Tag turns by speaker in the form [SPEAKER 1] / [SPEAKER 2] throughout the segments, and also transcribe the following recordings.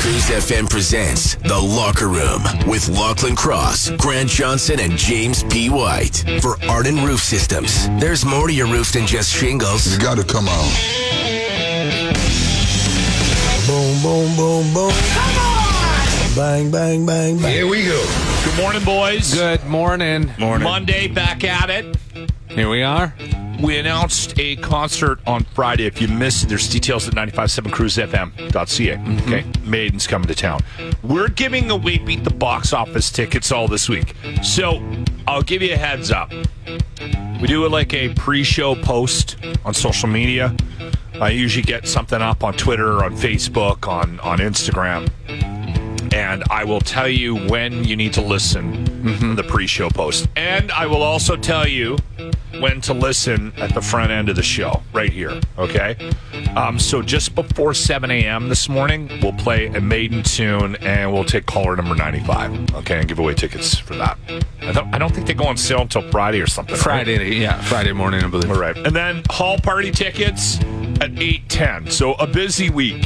[SPEAKER 1] Cruise FM presents The Locker Room with Lachlan Cross, Grant Johnson, and James P. White. For Arden Roof Systems, there's more to your roof than just shingles.
[SPEAKER 2] You gotta come on.
[SPEAKER 3] Boom, boom, boom, boom. Bang, bang, bang, bang.
[SPEAKER 4] Here we go. Good morning, boys.
[SPEAKER 5] Good morning.
[SPEAKER 4] Monday, back at it.
[SPEAKER 5] Here we are.
[SPEAKER 4] We announced a concert on Friday. If you missed it, there's details at 957cruisefm.ca.
[SPEAKER 5] Mm-hmm.
[SPEAKER 4] Okay. Maiden's coming to town. We're giving away Beat the Box Office tickets all this week. So I'll give you a heads up. We do it like a pre show post on social media. I usually get something up on Twitter, on Facebook, on, on Instagram. and I will tell you when you need to listen on the pre-show post. And I will also tell you when to listen at the front end of the show, right here. Okay. Um, so just before 7 a.m. this morning, we'll play a maiden tune and we'll take caller number 95. Okay, and give away tickets for that. I don't, I don't think they go on sale until Friday or something. right?
[SPEAKER 5] Friday, yeah, Friday morning, I believe.
[SPEAKER 4] All right. And then hall party tickets at 8:10. So a busy week.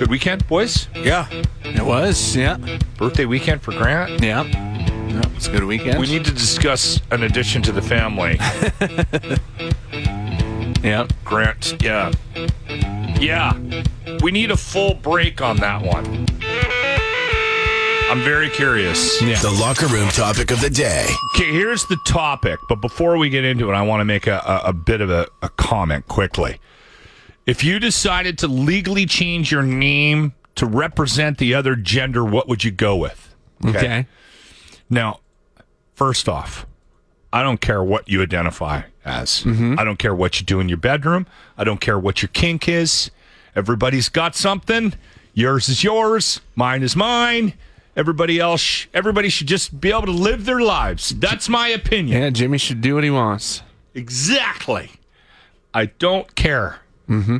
[SPEAKER 4] Good weekend, boys.
[SPEAKER 5] Yeah, it was. Yeah,
[SPEAKER 4] Birthday weekend for Grant.
[SPEAKER 5] yeah. yeah it was a good weekend.
[SPEAKER 4] We need to discuss an addition to the family.
[SPEAKER 5] yeah,
[SPEAKER 4] Grant, yeah. Yeah. We need a full break on that one. I'm very curious.
[SPEAKER 5] yeah.
[SPEAKER 1] The Locker Room topic of the day.
[SPEAKER 4] Okay, here's the topic, but before we get into it, I want to make a, a, a bit of a, a comment quickly. If you decided to legally change your name to represent the other gender, what would you go with?
[SPEAKER 5] okay.
[SPEAKER 4] Now, first off, I don't care what you identify as. I don't care what you do in your bedroom. I don't care what your kink is. Everybody's got something. Yours is yours. Mine is mine. Everybody else, sh- everybody should just be able to live their lives. That's my opinion.
[SPEAKER 5] Yeah, Jimmy should do what he wants.
[SPEAKER 4] Exactly. I don't care.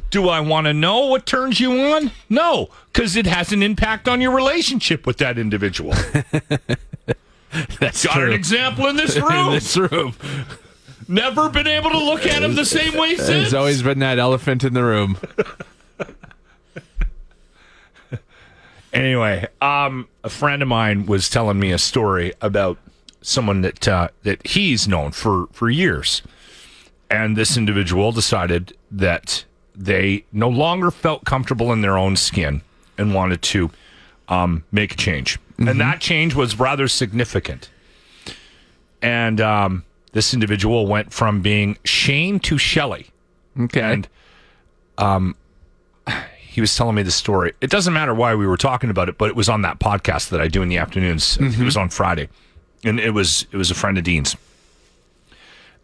[SPEAKER 4] Do I want to know what turns you on? No, because it has an impact on your relationship with that individual.
[SPEAKER 5] That's
[SPEAKER 4] Got an example in this
[SPEAKER 5] in
[SPEAKER 4] room.
[SPEAKER 5] this room.
[SPEAKER 4] Never been able to look at him the same way since.
[SPEAKER 5] There's always been that elephant in the room.
[SPEAKER 4] Anyway, um, a friend of mine was telling me a story about someone that uh, that he's known for for years, and this individual decided that they no longer felt comfortable in their own skin and wanted to um, make a change, and that change was rather significant. And um, this individual went from being Shane to Shelley.
[SPEAKER 5] Okay.
[SPEAKER 4] And he was telling me the story. It doesn't matter why we were talking about it, but it was on that podcast that I do in the afternoons. It was on Friday, and it was it was a friend of Dean's.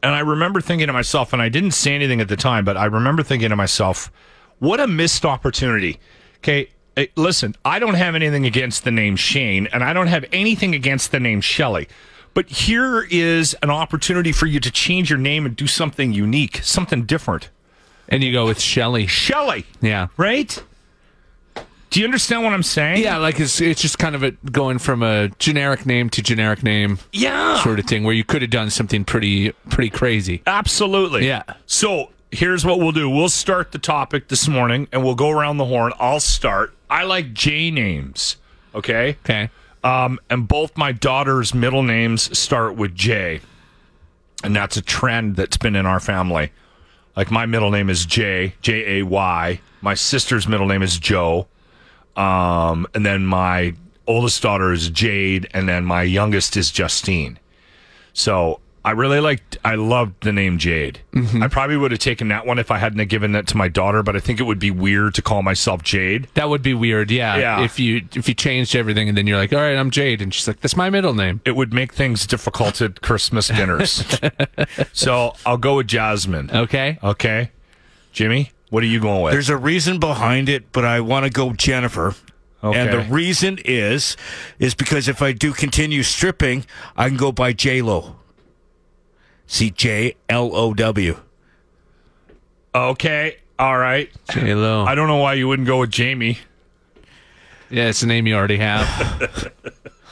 [SPEAKER 4] And I remember thinking to myself, and I didn't say anything at the time, but I remember thinking to myself, what a missed opportunity. Okay, eh, listen, I don't have anything against the name Shane, and I don't have anything against the name Shelly. But here is an opportunity for you to change your name and do something unique, something different.
[SPEAKER 5] And you go with Shelly.
[SPEAKER 4] Shelly.
[SPEAKER 5] Yeah.
[SPEAKER 4] Right? Do you understand what I'm saying?
[SPEAKER 5] Yeah, like it's it's just kind of a going from a generic name to generic name
[SPEAKER 4] Yeah.
[SPEAKER 5] sort of thing where you could have done something pretty pretty crazy.
[SPEAKER 4] Absolutely.
[SPEAKER 5] Yeah.
[SPEAKER 4] So here's what we'll do we'll start the topic this morning and we'll go around the horn. I'll start. I like J names. Okay.
[SPEAKER 5] Okay.
[SPEAKER 4] Um, and both my daughter's middle names start with J. And that's a trend that's been in our family. Like my middle name is Jay, J A Y. My sister's middle name is Joe. Um, and then my oldest daughter is Jade, and then my youngest is Justine. So I really liked, I loved the name Jade. I probably would have taken that one if I hadn't have given that to my daughter, but I think it would be weird to call myself Jade.
[SPEAKER 5] That would be weird, yeah.
[SPEAKER 4] Yeah.
[SPEAKER 5] If you if you changed everything and then you're like, all right, I'm Jade, and she's like, that's my middle name.
[SPEAKER 4] it would make things difficult at Christmas dinners. so I'll go with Jasmine.
[SPEAKER 5] Okay.
[SPEAKER 4] Okay. Jimmy, what are you going with?
[SPEAKER 6] There's a reason behind it, but I want to go Jennifer
[SPEAKER 2] And
[SPEAKER 4] Okay.
[SPEAKER 2] the reason is, is because if I do continue stripping, I can go by J Lo. See J L O W.
[SPEAKER 4] Okay. All right.
[SPEAKER 5] J Lo.
[SPEAKER 4] I don't know why you wouldn't go with Jamie.
[SPEAKER 5] Yeah, it's a name you already have.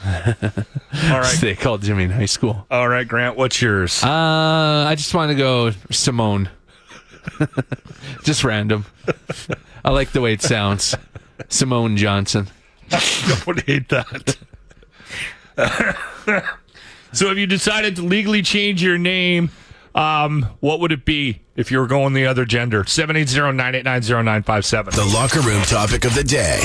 [SPEAKER 4] All right.
[SPEAKER 5] they called Jimmy in high school.
[SPEAKER 4] All right, Grant. What's yours?
[SPEAKER 5] Uh, I just want to go Simone. just random. I like the way it sounds. Simone Johnson.
[SPEAKER 4] don't hate that. so, if you decided to legally change your name, um, what would it be if you were going the other gender? 780-989-0957.
[SPEAKER 1] The locker room topic of the day.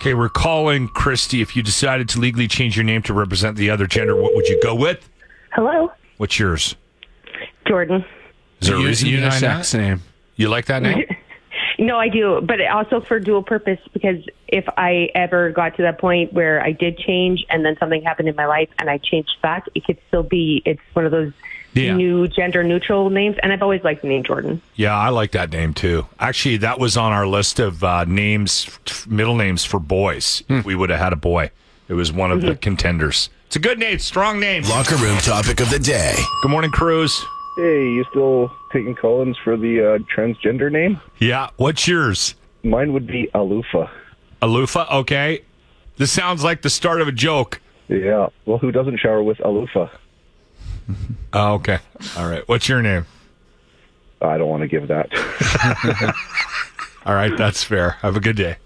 [SPEAKER 4] Okay, we're calling Christy. If you decided to legally change your name to represent the other gender, what would you go with?
[SPEAKER 6] Hello,
[SPEAKER 4] What's yours?
[SPEAKER 6] Jordan.
[SPEAKER 4] Is there a
[SPEAKER 5] U-
[SPEAKER 4] reason you like
[SPEAKER 5] unisex
[SPEAKER 4] that?
[SPEAKER 5] name.
[SPEAKER 4] You like that name?
[SPEAKER 6] No, I do, but it also for dual purpose because if I ever got to that point where I did change and then something happened in my life and I changed back, it could still be it's one of those
[SPEAKER 5] Yeah.
[SPEAKER 6] new gender neutral names. And I've always liked the name Jordan.
[SPEAKER 4] Yeah, I like that name too. Actually, that was on our list of uh, names, f- middle names for boys. If we would have had a boy, it was one of the contenders. It's a good name, strong name.
[SPEAKER 1] Locker room topic of the day.
[SPEAKER 4] Good morning, Cruz.
[SPEAKER 7] Hey, you still taking Collins for the uh, transgender name?
[SPEAKER 4] Yeah, what's yours?
[SPEAKER 7] Mine would be Alufa.
[SPEAKER 4] Alufa. Okay, this sounds like the start of a joke.
[SPEAKER 7] Yeah. Well, who doesn't shower with Alufa?
[SPEAKER 4] Oh, okay, all right. What's your name?
[SPEAKER 7] I don't want to give that.
[SPEAKER 4] All right, that's fair. Have a good day.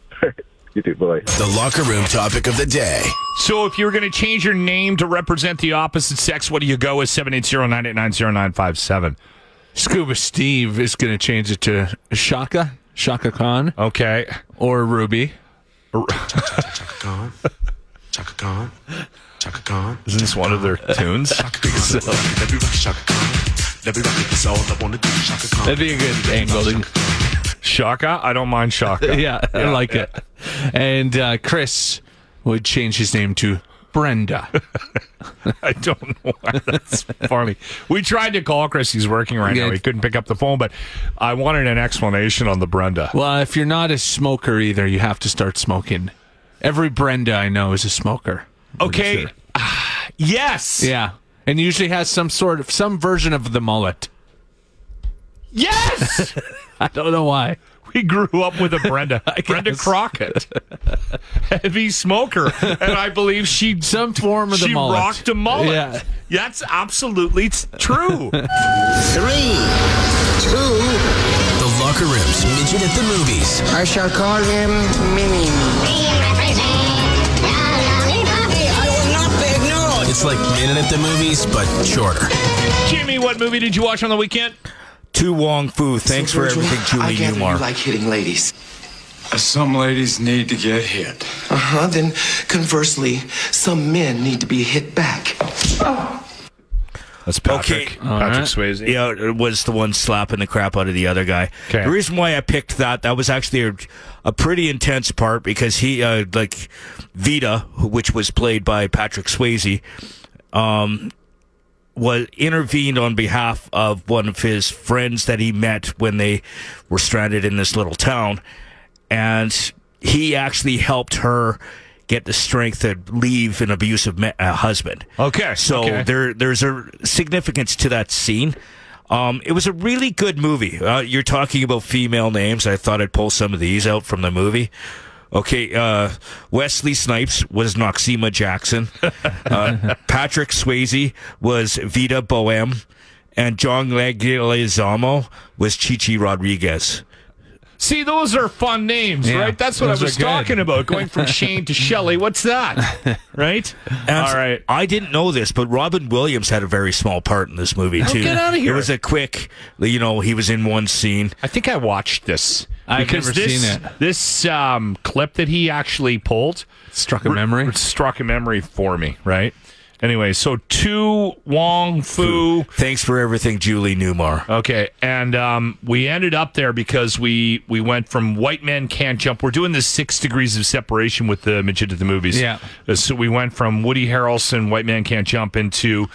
[SPEAKER 7] you do, but like,
[SPEAKER 1] The locker room topic of the day.
[SPEAKER 4] So, if you were going to change your name to represent the opposite sex, what do you go with? Seven eight zero nine eight nine zero nine five seven.
[SPEAKER 5] Scuba Steve is going to change it to Shaka, Shaka Khan,
[SPEAKER 4] Okay.
[SPEAKER 5] or Ruby.
[SPEAKER 8] Chaka Khan. Chaka Khan.
[SPEAKER 4] Isn't this one of their tunes?
[SPEAKER 8] So. Let me rock it, Chaka Khan. Let me rock it. That's all I wanna do. Chaka Khan.
[SPEAKER 5] That'd be a good angle. to-
[SPEAKER 4] Shaka? I don't mind Shaka.
[SPEAKER 5] Yeah, I like it. And uh, Chris would change his name to Brenda.
[SPEAKER 4] I don't know why that's funny. We tried to call Chris. He's working right now.
[SPEAKER 5] Good.
[SPEAKER 4] He couldn't pick up the phone, but I wanted an explanation on the Brenda.
[SPEAKER 5] Well, if you're not a smoker either, you have to start smoking. Every Brenda I know is a smoker.
[SPEAKER 4] Okay.
[SPEAKER 5] Sure.
[SPEAKER 4] Ah, yes.
[SPEAKER 5] Yeah. And usually has some sort of some version of the mullet.
[SPEAKER 4] Yes.
[SPEAKER 5] I don't know why.
[SPEAKER 4] we grew up with a Brenda. Brenda
[SPEAKER 5] guess.
[SPEAKER 4] Crockett. Heavy smoker. And I believe she
[SPEAKER 5] Some form of the
[SPEAKER 4] she
[SPEAKER 5] mullet.
[SPEAKER 4] rocked a mullet.
[SPEAKER 5] Yeah.
[SPEAKER 4] That's absolutely t- true.
[SPEAKER 1] The locker room's midget at the movies.
[SPEAKER 9] I shall call him Mini I will not be ignored.
[SPEAKER 1] It's like minute at the movies, but shorter.
[SPEAKER 4] Jimmy, what movie did you watch on the weekend?
[SPEAKER 2] Tu Wong Fu. Thanks for
[SPEAKER 8] Virgil,
[SPEAKER 2] everything,
[SPEAKER 8] I
[SPEAKER 2] Julie
[SPEAKER 8] gather you
[SPEAKER 2] Newmar.
[SPEAKER 8] like hitting ladies.
[SPEAKER 9] Uh, Some ladies need to get hit.
[SPEAKER 8] Uh huh. Then conversely, some men need to be hit back.
[SPEAKER 4] That's
[SPEAKER 2] Patrick. Okay.
[SPEAKER 4] Patrick
[SPEAKER 8] Uh-huh.
[SPEAKER 4] Swayze.
[SPEAKER 2] Yeah, it was the one slapping the crap out of the other guy.
[SPEAKER 4] Okay.
[SPEAKER 2] The reason why I picked that that was actually a, a pretty intense part because he uh, like Vita, who- which was played by Patrick Swayze, um, was intervened on behalf of one of his friends that he met when they were stranded in this little town, and he actually helped her get the strength to leave an abusive ma- uh, husband.
[SPEAKER 4] Okay,
[SPEAKER 2] so
[SPEAKER 4] okay.
[SPEAKER 2] there there's a significance to that scene. Um, it was a really good movie. Uh, you're talking about female names. I thought I'd pull some of these out from the movie. Okay, uh, Wesley Snipes was Noxima Jackson. Uh, Patrick Swayze was Vita Boehm. And John Leguizamo was Chichi Rodriguez.
[SPEAKER 4] See, those are fun names,
[SPEAKER 5] Yeah,
[SPEAKER 4] right? That's what I
[SPEAKER 5] those are
[SPEAKER 4] was
[SPEAKER 5] good.
[SPEAKER 4] talking about. Going from Shane to Shelley. What's that? Right?
[SPEAKER 2] And
[SPEAKER 4] All right.
[SPEAKER 2] I didn't know this, but Robin Williams had a very small part in this movie too.
[SPEAKER 4] Oh, get outta here.
[SPEAKER 2] It was a quick, you know, he was in one scene.
[SPEAKER 4] I think I watched this.
[SPEAKER 5] I've
[SPEAKER 4] because
[SPEAKER 5] never
[SPEAKER 4] this,
[SPEAKER 5] seen it.
[SPEAKER 4] This um, clip that he actually pulled
[SPEAKER 5] Struck a memory.
[SPEAKER 4] struck a memory for me, right? Anyway, so Tu Wong Fu.
[SPEAKER 2] Thanks for everything, Julie Newmar.
[SPEAKER 4] Okay, and um, we ended up there because we we went from white men can't jump. We're doing this six degrees of separation with the midget at the movies.
[SPEAKER 5] Yeah.
[SPEAKER 4] Uh, So we went from Woody Harrelson, white man can't jump, into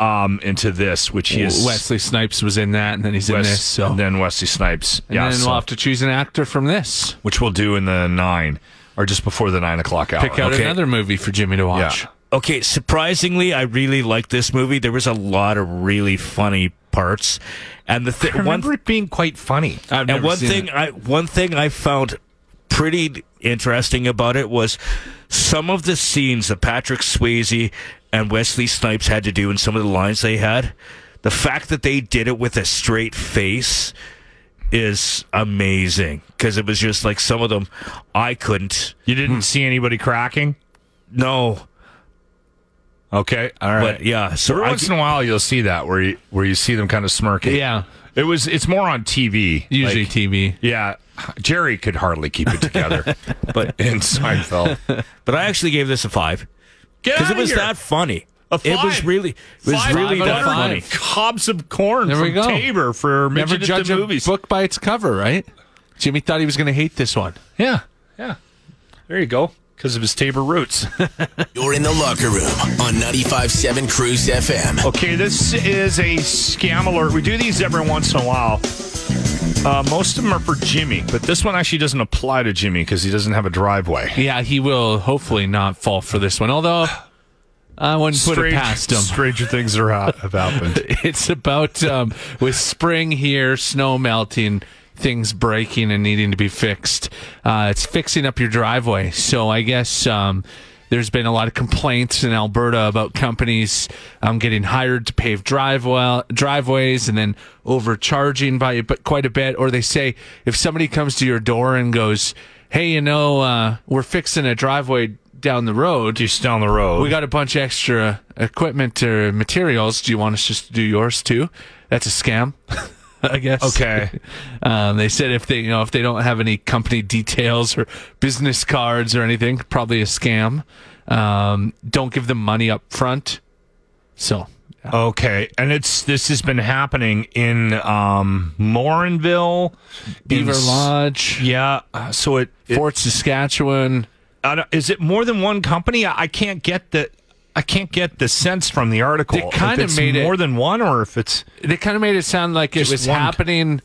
[SPEAKER 4] um, into this, which he is
[SPEAKER 5] Wesley Snipes was in that, and then he's in
[SPEAKER 4] Wes-
[SPEAKER 5] this. So
[SPEAKER 4] and then Wesley Snipes.
[SPEAKER 5] And
[SPEAKER 4] yeah,
[SPEAKER 5] then
[SPEAKER 4] so-
[SPEAKER 5] we'll have to choose an actor from this.
[SPEAKER 4] which we'll do in the nine or just before the nine o'clock hour.
[SPEAKER 5] Pick out
[SPEAKER 4] okay?
[SPEAKER 5] another movie for Jimmy to watch.
[SPEAKER 4] Yeah.
[SPEAKER 2] Okay, surprisingly, I really liked this movie. There was a lot of really funny parts, and the thi-
[SPEAKER 4] I
[SPEAKER 2] one
[SPEAKER 4] remember it being quite funny.
[SPEAKER 5] I've
[SPEAKER 2] and
[SPEAKER 5] never
[SPEAKER 2] one
[SPEAKER 5] seen
[SPEAKER 2] thing
[SPEAKER 5] it.
[SPEAKER 2] I one thing I found pretty interesting about it was some of the scenes that Patrick Swayze and Wesley Snipes had to do and some of the lines they had. The fact that they did it with a straight face is amazing because it was just like some of them I couldn't.
[SPEAKER 4] You
[SPEAKER 5] Hmm.
[SPEAKER 4] didn't see anybody cracking?
[SPEAKER 2] No,
[SPEAKER 4] Okay, all right.
[SPEAKER 2] but yeah. So
[SPEAKER 4] Every
[SPEAKER 2] I-
[SPEAKER 4] once in a while, you'll see that where you where you see them kind of smirking.
[SPEAKER 5] Yeah.
[SPEAKER 4] it was. It's more on TV
[SPEAKER 5] Usually
[SPEAKER 4] Like,
[SPEAKER 5] TV.
[SPEAKER 4] yeah, Jerry could hardly keep it together, but in Seinfeld,
[SPEAKER 2] But I actually gave this a five
[SPEAKER 4] Get
[SPEAKER 2] because it
[SPEAKER 4] outta
[SPEAKER 2] was
[SPEAKER 4] here.
[SPEAKER 2] that funny.
[SPEAKER 4] A
[SPEAKER 2] It was
[SPEAKER 4] five.
[SPEAKER 2] really, it was
[SPEAKER 4] Five
[SPEAKER 2] really
[SPEAKER 5] out of
[SPEAKER 2] that funny.
[SPEAKER 5] five.
[SPEAKER 4] cobs of corn
[SPEAKER 5] There we
[SPEAKER 4] from
[SPEAKER 5] go.
[SPEAKER 4] Tabor for
[SPEAKER 5] Never
[SPEAKER 4] Midget at
[SPEAKER 5] judge
[SPEAKER 4] the
[SPEAKER 5] a
[SPEAKER 4] movies.
[SPEAKER 5] book by its cover, right? Jimmy thought he was going to hate this one.
[SPEAKER 4] Yeah, yeah. There you go. Because of his Tabor roots.
[SPEAKER 1] You're in the locker room on 95.7 Cruise FM.
[SPEAKER 4] Okay, this is a scam alert. We do these every once in a while. Uh, most of them are for Jimmy, but this one actually doesn't apply to Jimmy because he doesn't have a driveway.
[SPEAKER 5] Yeah, he will hopefully not fall for this one. Although I wouldn't put it past him.
[SPEAKER 4] Stranger things are ha- have happened.
[SPEAKER 5] It's about um, with spring here, snow melting, things breaking and needing to be fixed. Uh, it's fixing up your driveway. So I guess um, there's been a lot of complaints in Alberta about companies um, getting hired to pave driveway driveways and then overcharging by but quite a bit. Or they say if somebody comes to your door and goes, "Hey, you know, uh, we're fixing a driveway." Down the road,
[SPEAKER 4] Just down the road.
[SPEAKER 5] we got a bunch of extra equipment or materials. Do you want us just to do yours too? That's a scam, I guess.
[SPEAKER 4] Okay.
[SPEAKER 5] Um, they said if they, you know, if they don't have any company details or business cards or anything, probably a scam. Um, don't give them money up front. So
[SPEAKER 4] okay, and it's this has been happening in um, Morinville,
[SPEAKER 5] Beaver
[SPEAKER 4] in s-
[SPEAKER 5] Lodge,
[SPEAKER 4] Yeah, uh, so it, it
[SPEAKER 5] Fort Saskatchewan.
[SPEAKER 4] I don't- is it more than one company? I, I can't get the I can't get the sense from the article.
[SPEAKER 5] They
[SPEAKER 4] if
[SPEAKER 5] kinda
[SPEAKER 4] it's
[SPEAKER 5] made it-
[SPEAKER 4] more than one, or if it's
[SPEAKER 5] They kind of made it sound like it
[SPEAKER 4] Just
[SPEAKER 5] was
[SPEAKER 4] one.
[SPEAKER 5] happening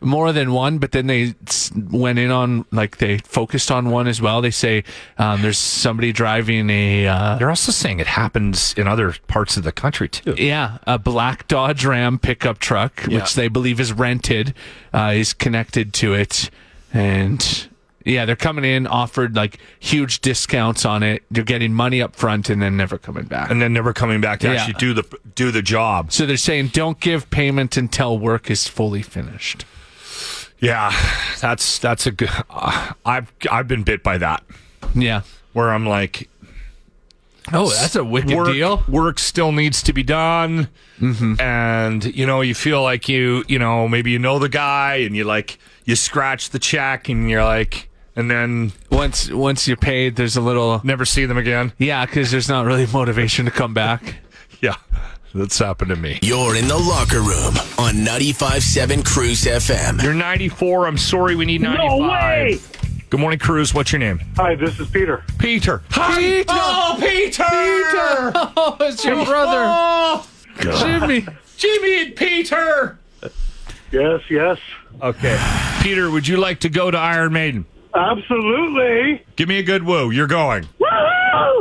[SPEAKER 5] more than one, but then they s- went in on like they focused on one as well. They say um, there's somebody driving a uh,
[SPEAKER 4] They're also saying it happens in other parts of the country too.
[SPEAKER 5] Yeah, a black Dodge Ram pickup truck,
[SPEAKER 4] Yeah.
[SPEAKER 5] which they believe is rented, uh, is connected to it, and yeah, they're coming in offered like huge discounts on it. They're getting money up front and then never coming back.
[SPEAKER 4] And then never coming back to
[SPEAKER 5] Yeah.
[SPEAKER 4] actually do the do the job.
[SPEAKER 5] so they're saying don't give payment until work is fully finished.
[SPEAKER 4] Yeah, that's that's a good. Uh, I've I've been bit by that
[SPEAKER 5] Yeah.
[SPEAKER 4] where I'm like,
[SPEAKER 5] Oh, that's a wicked
[SPEAKER 4] work,
[SPEAKER 5] deal.
[SPEAKER 4] Work still needs to be done, Mm-hmm. and you know you feel like you you know maybe you know the guy and you like you scratch the check and you're like and then
[SPEAKER 5] Once once you're paid, there's a little
[SPEAKER 4] never see them again.
[SPEAKER 5] yeah, because there's not really motivation to come back.
[SPEAKER 4] Yeah, that's happened to me.
[SPEAKER 1] You're in the locker room on 95.7 Cruise FM.
[SPEAKER 4] You're 94. I'm sorry, we need 95.
[SPEAKER 7] way!
[SPEAKER 4] Good morning, Cruz. What's your name?
[SPEAKER 7] Hi, this is Peter.
[SPEAKER 4] Peter. Hi.
[SPEAKER 5] Peter!
[SPEAKER 4] Oh, Peter. Peter.
[SPEAKER 5] Oh, it's your brother,
[SPEAKER 4] Oh,
[SPEAKER 5] Jimmy.
[SPEAKER 4] Jimmy and Peter.
[SPEAKER 7] Yes, yes.
[SPEAKER 4] Okay. Peter, would you like to go to Iron Maiden?
[SPEAKER 7] Absolutely.
[SPEAKER 4] Give me a good woo. You're going.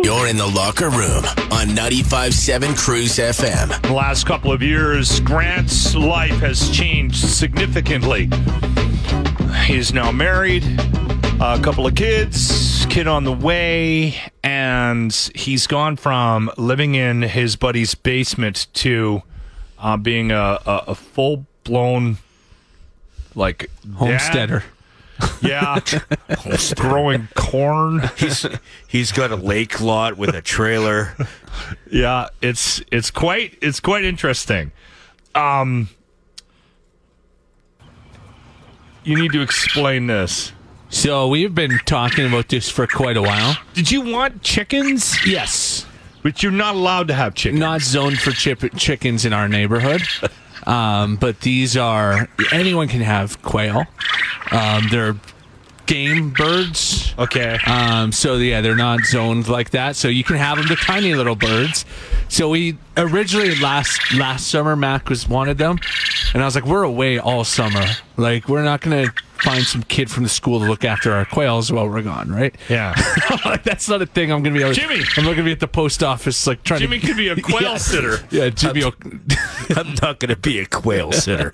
[SPEAKER 1] You're in the locker room on 95.7 Cruise FM.
[SPEAKER 4] In the last couple of years, Grant's life has changed significantly. He's now married, a couple of kids, kid on the way, and he's gone from living in his buddy's basement to uh, being a, a, a full blown, like, dad.
[SPEAKER 5] Homesteader.
[SPEAKER 4] Yeah. growing corn.
[SPEAKER 2] He's he's got a lake lot with a trailer.
[SPEAKER 4] Yeah, it's it's quite it's quite interesting. Um You need to explain this.
[SPEAKER 5] So we've been talking about this for quite a while.
[SPEAKER 4] Did you want chickens?
[SPEAKER 5] Yes,
[SPEAKER 4] But you're not allowed to have chickens.
[SPEAKER 5] not zoned for chip- chickens in our neighborhood, um, but these are anyone can have quail. Um, they're game birds.
[SPEAKER 4] Okay.
[SPEAKER 5] Um, so yeah, they're not zoned like that. So you can have them. They're tiny little birds. So we originally last last summer Mac was wanted them, and I was like, we're away all summer. Like we're not gonna find some kid from the school to look after our quails while we're gone, right?
[SPEAKER 4] Yeah.
[SPEAKER 5] like that's not a thing I'm gonna be. Able,
[SPEAKER 4] Jimmy!
[SPEAKER 5] I'm not gonna be at the post office like trying
[SPEAKER 4] Jimmy
[SPEAKER 5] to.
[SPEAKER 4] could be a quail
[SPEAKER 5] Yeah.
[SPEAKER 4] sitter.
[SPEAKER 5] Yeah, Jimmy. will-
[SPEAKER 2] I'm not going to be a quail sitter.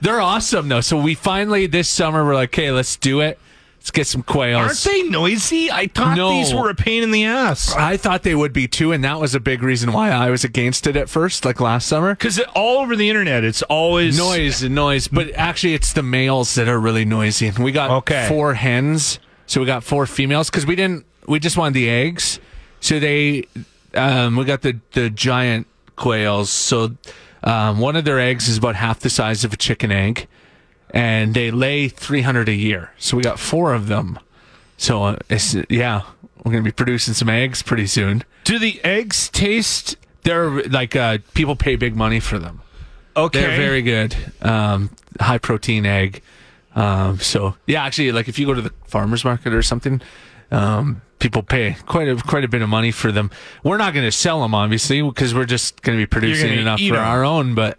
[SPEAKER 5] They're awesome though. So we finally this summer we're like, okay, let's do it. Let's get some quails.
[SPEAKER 4] Aren't they noisy? I thought
[SPEAKER 5] No.
[SPEAKER 4] these were a pain in the ass.
[SPEAKER 5] I thought they would be too, and that was a big reason why I was against it at first, like last summer.
[SPEAKER 4] Because all over the internet, it's always
[SPEAKER 5] Noise and noise, but actually, it's the males that are really noisy. And we got
[SPEAKER 4] Okay.
[SPEAKER 5] four hens, so we got four females because we didn't. We just wanted the eggs, so they. Um, we got the the giant quails. So um, one of their eggs is about half the size of a chicken egg, and they lay three hundred a year. So we got four of them. So uh, it's, yeah, we're gonna be producing some eggs pretty soon.
[SPEAKER 4] Do the eggs taste
[SPEAKER 5] they're like uh, people pay big money for them.
[SPEAKER 4] okay?
[SPEAKER 5] They're very good, um, high protein egg. Um, so yeah, actually, like if you go to the farmers market or something, um, people pay quite a quite a bit of money for them. We're not going to sell them obviously because we're just going to be producing
[SPEAKER 4] gonna
[SPEAKER 5] enough
[SPEAKER 4] eat
[SPEAKER 5] for
[SPEAKER 4] 'em.
[SPEAKER 5] our own. But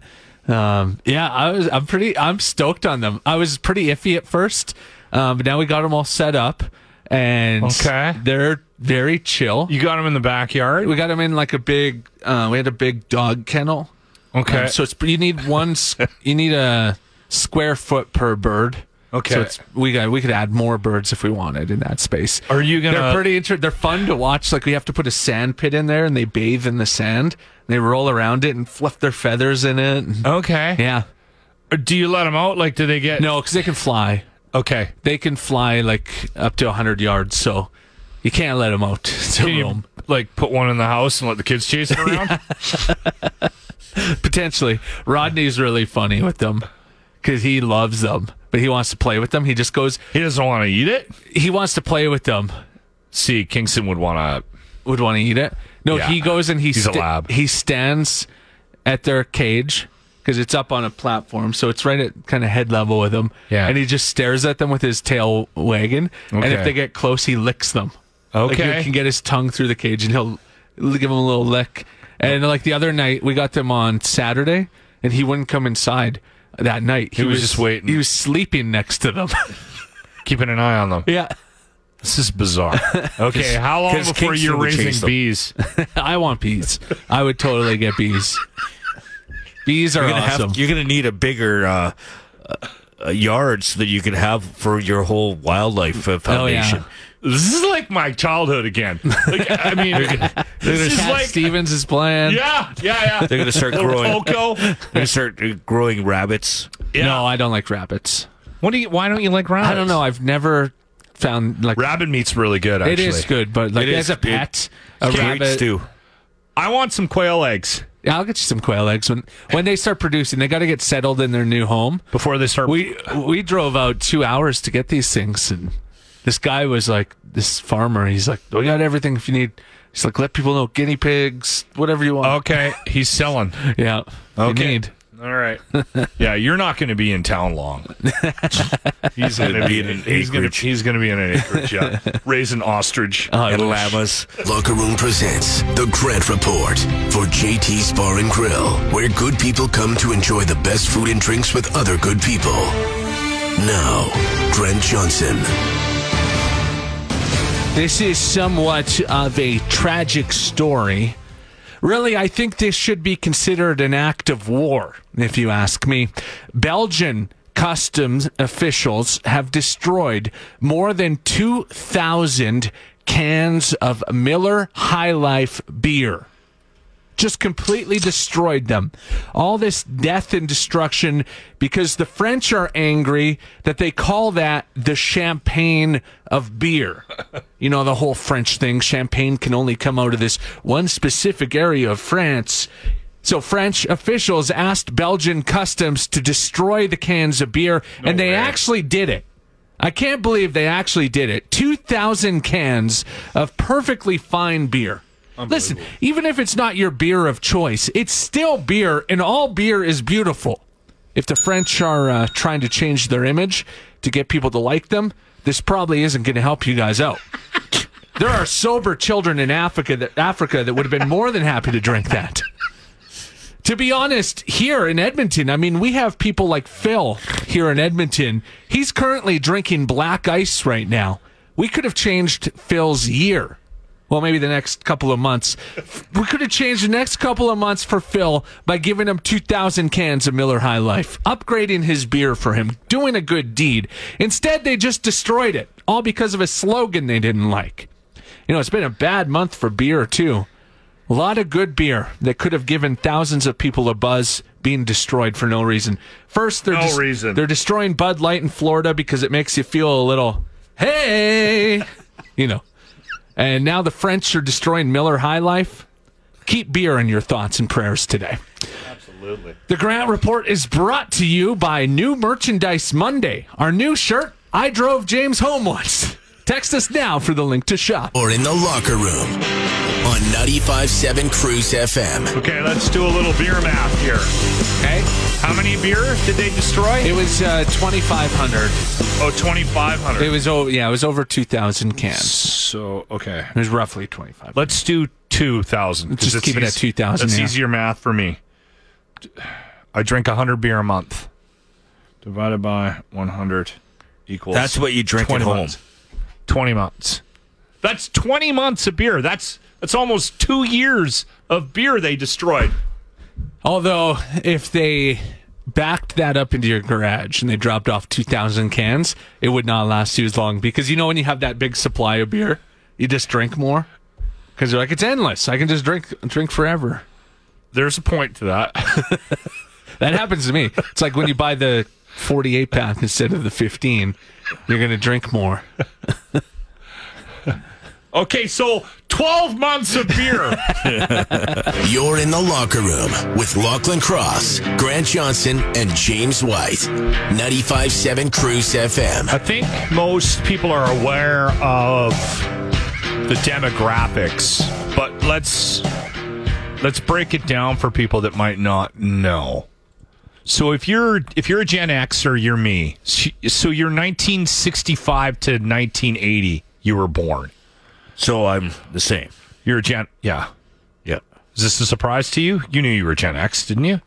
[SPEAKER 5] um, yeah, I was I'm pretty I'm stoked on them. I was pretty iffy at first, um, but now we got them all set up and
[SPEAKER 4] Okay.
[SPEAKER 5] they're very chill.
[SPEAKER 4] You got them in the backyard.
[SPEAKER 5] We got them in like a big. Uh, we had a big dog kennel.
[SPEAKER 4] Okay.
[SPEAKER 5] Um, so it's you need one. s- you need a square foot per bird.
[SPEAKER 4] Okay.
[SPEAKER 5] So it's, we got we could add more birds if we wanted in that space.
[SPEAKER 4] Are you gonna-
[SPEAKER 5] They're pretty inter- They're fun to watch. Like we have to put a sand pit in there, and they bathe in the sand. And they roll around it and fluff their feathers in it. and-
[SPEAKER 4] okay.
[SPEAKER 5] Yeah.
[SPEAKER 4] Do you let them out? Like, do they get
[SPEAKER 5] No, because they can fly.
[SPEAKER 4] Okay.
[SPEAKER 5] They can fly like up to hundred yards. So you can't let them out to
[SPEAKER 4] Can you
[SPEAKER 5] roam.
[SPEAKER 4] like put one in the house and let the kids chase it around?
[SPEAKER 5] potentially. Rodney's really funny with them because he loves them, but he wants to play with them. He just goes,
[SPEAKER 4] He doesn't want to eat it.
[SPEAKER 5] he wants to play with them.
[SPEAKER 4] See, Kingston would want to.
[SPEAKER 5] Would want to eat it? No,
[SPEAKER 4] Yeah.
[SPEAKER 5] he goes and he
[SPEAKER 4] He's a lab.
[SPEAKER 5] he stands at their cage because it's up on a platform, so it's right at kind of head level with them.
[SPEAKER 4] Yeah.
[SPEAKER 5] and he just stares at them with his tail wagging, and
[SPEAKER 4] Okay.
[SPEAKER 5] if they get close, he licks them. Like,
[SPEAKER 4] Okay.
[SPEAKER 5] he can get his tongue through the cage, and he'll l- give him a little lick. And like the other night, we got them on Saturday, and he wouldn't come inside that night.
[SPEAKER 4] He was just waiting.
[SPEAKER 5] He was sleeping next to them.
[SPEAKER 4] Keeping an eye on them.
[SPEAKER 5] yeah,
[SPEAKER 4] This is bizarre. Okay, how long
[SPEAKER 2] 'Cause
[SPEAKER 4] before
[SPEAKER 2] Kingston
[SPEAKER 4] you're
[SPEAKER 2] would chase
[SPEAKER 4] raising
[SPEAKER 2] them.
[SPEAKER 4] bees?
[SPEAKER 5] I want bees. I would totally get bees. Bees are
[SPEAKER 2] You're gonna
[SPEAKER 5] awesome.
[SPEAKER 2] have. You're gonna need a bigger. Uh, uh, yard so that you can have for your whole wildlife uh, foundation.
[SPEAKER 4] This is like my childhood again. Like, I mean, this is
[SPEAKER 5] Cat
[SPEAKER 4] like
[SPEAKER 5] Stevens is playing.
[SPEAKER 4] yeah, yeah, yeah.
[SPEAKER 2] They're gonna start growing.
[SPEAKER 4] Coco.
[SPEAKER 2] They're gonna start uh, growing rabbits.
[SPEAKER 5] No, I don't like rabbits.
[SPEAKER 4] What do you? Why don't you like rabbits?
[SPEAKER 5] I don't know. I've never found like
[SPEAKER 4] Rabbit meat's really good. Actually,
[SPEAKER 5] It is good, but like
[SPEAKER 2] It
[SPEAKER 5] as
[SPEAKER 2] is
[SPEAKER 5] a
[SPEAKER 2] good.
[SPEAKER 5] pet, a
[SPEAKER 2] Great
[SPEAKER 5] rabbit.
[SPEAKER 2] stew.
[SPEAKER 4] I want some quail eggs
[SPEAKER 5] Yeah, I'll get you some quail eggs when when they start producing. They got to get settled in their new home.
[SPEAKER 4] before they start.
[SPEAKER 5] We we drove out two hours to get these things, and this guy was like this farmer. He's like, we got everything if you need. He's like, let people know guinea pigs, whatever you want.
[SPEAKER 4] okay, he's selling.
[SPEAKER 5] Yeah. you
[SPEAKER 4] Okay.
[SPEAKER 5] need.
[SPEAKER 4] All right. Yeah, you're not going to be in town long. he's going to be Uh, in an he's gonna,
[SPEAKER 2] acreage.
[SPEAKER 4] he's going to be in an acreage. Yeah, raising ostrich.
[SPEAKER 2] and llamas.
[SPEAKER 1] Locker Room presents the Grant Report for JT's Bar and Grill, where good people come to enjoy the best food and drinks with other good people. Now, Grant Johnson.
[SPEAKER 5] This is somewhat of a tragic story. Really, I think this should be considered an act of war, if you ask me. Belgian customs officials have destroyed more than 2,000 cans of Miller High Life beer just completely destroyed them. All this death and destruction because the French are angry that they call that the champagne of beer. You know, the whole French thing champagne can only come out of this one specific area of France. So French officials asked Belgian customs to destroy the cans of beer, and they actually did it. I can't believe they actually did it. 2,000 cans of perfectly fine beer. Listen, even if it's not your beer of choice, it's still beer, and all beer is beautiful. If the French are uh, trying to change their image to get people to like them, this probably isn't going to help you guys out. There are sober children in Africa that Africa that would have been more than happy to drink that. To be honest, here in Edmonton, I mean, we have people like Phil here in Edmonton. He's currently drinking black ice right now. We could have changed Phil's year. Well, maybe the next couple of months. We could have changed the next couple of months for Phil by giving him 2,000 cans of Miller High Life, upgrading his beer for him, doing a good deed. Instead, they just destroyed it, all because of a slogan they didn't like. You know, it's been a bad month for beer, too. A lot of good beer that could have given thousands of people a buzz being destroyed for no reason. First, they're
[SPEAKER 4] No
[SPEAKER 5] des-
[SPEAKER 4] reason.
[SPEAKER 5] They're destroying Bud Light in Florida because it makes you feel a little hey, you know. And now the French are destroying Miller High Life. Keep beer in your thoughts and prayers today.
[SPEAKER 4] Absolutely.
[SPEAKER 5] The Grant Report is brought to you by New Merchandise Monday. Our new shirt, I Drove James Home Once. Text us now for the link to shop.
[SPEAKER 1] Or in the locker room on 95.7 Cruise FM.
[SPEAKER 4] Okay, let's do a little beer math here.
[SPEAKER 5] Okay.
[SPEAKER 4] How many beer did they destroy?
[SPEAKER 5] It was uh, 2,500.
[SPEAKER 4] Oh, 2,500.
[SPEAKER 5] It was, oh, yeah, it was over 2,000 cans.
[SPEAKER 4] so, okay.
[SPEAKER 5] It was roughly 25.
[SPEAKER 4] Let's do 2,000. 'cause
[SPEAKER 5] Just
[SPEAKER 4] it's
[SPEAKER 5] keep it at 2,000,
[SPEAKER 4] That's
[SPEAKER 5] yeah.
[SPEAKER 4] easier math for me. I drink 100 beer a month. Divided by 100 equals.
[SPEAKER 2] That's what you drink at
[SPEAKER 4] 20
[SPEAKER 2] home.
[SPEAKER 4] months. 20 months. That's 20 months of beer. That's that's almost two years of beer they destroyed.
[SPEAKER 5] Although, if they backed that up into your garage and they dropped off 2,000 cans, it would not last you as long because you know when you have that big supply of beer, you just drink more because you're like it's endless. I can just drink drink forever.
[SPEAKER 4] There's a point to that.
[SPEAKER 5] That happens to me. It's like when you buy the 48 pack instead of the 15, you're gonna drink more.
[SPEAKER 4] okay, so 12 months of beer.
[SPEAKER 1] You're in the locker room with Lachlan Cross, Grant Johnson, and James White. 95.7 Cruise FM.
[SPEAKER 4] I think most people are aware of the demographics, but let's let's break it down for people that might not know. So if you're if you're a Gen Xer, you're me. So you're 1965 to 1980. You were born.
[SPEAKER 2] So I'm the same.
[SPEAKER 4] You're a Gen. Yeah.
[SPEAKER 2] Yeah.
[SPEAKER 4] Is this a surprise to you? You knew you were Gen X, didn't you?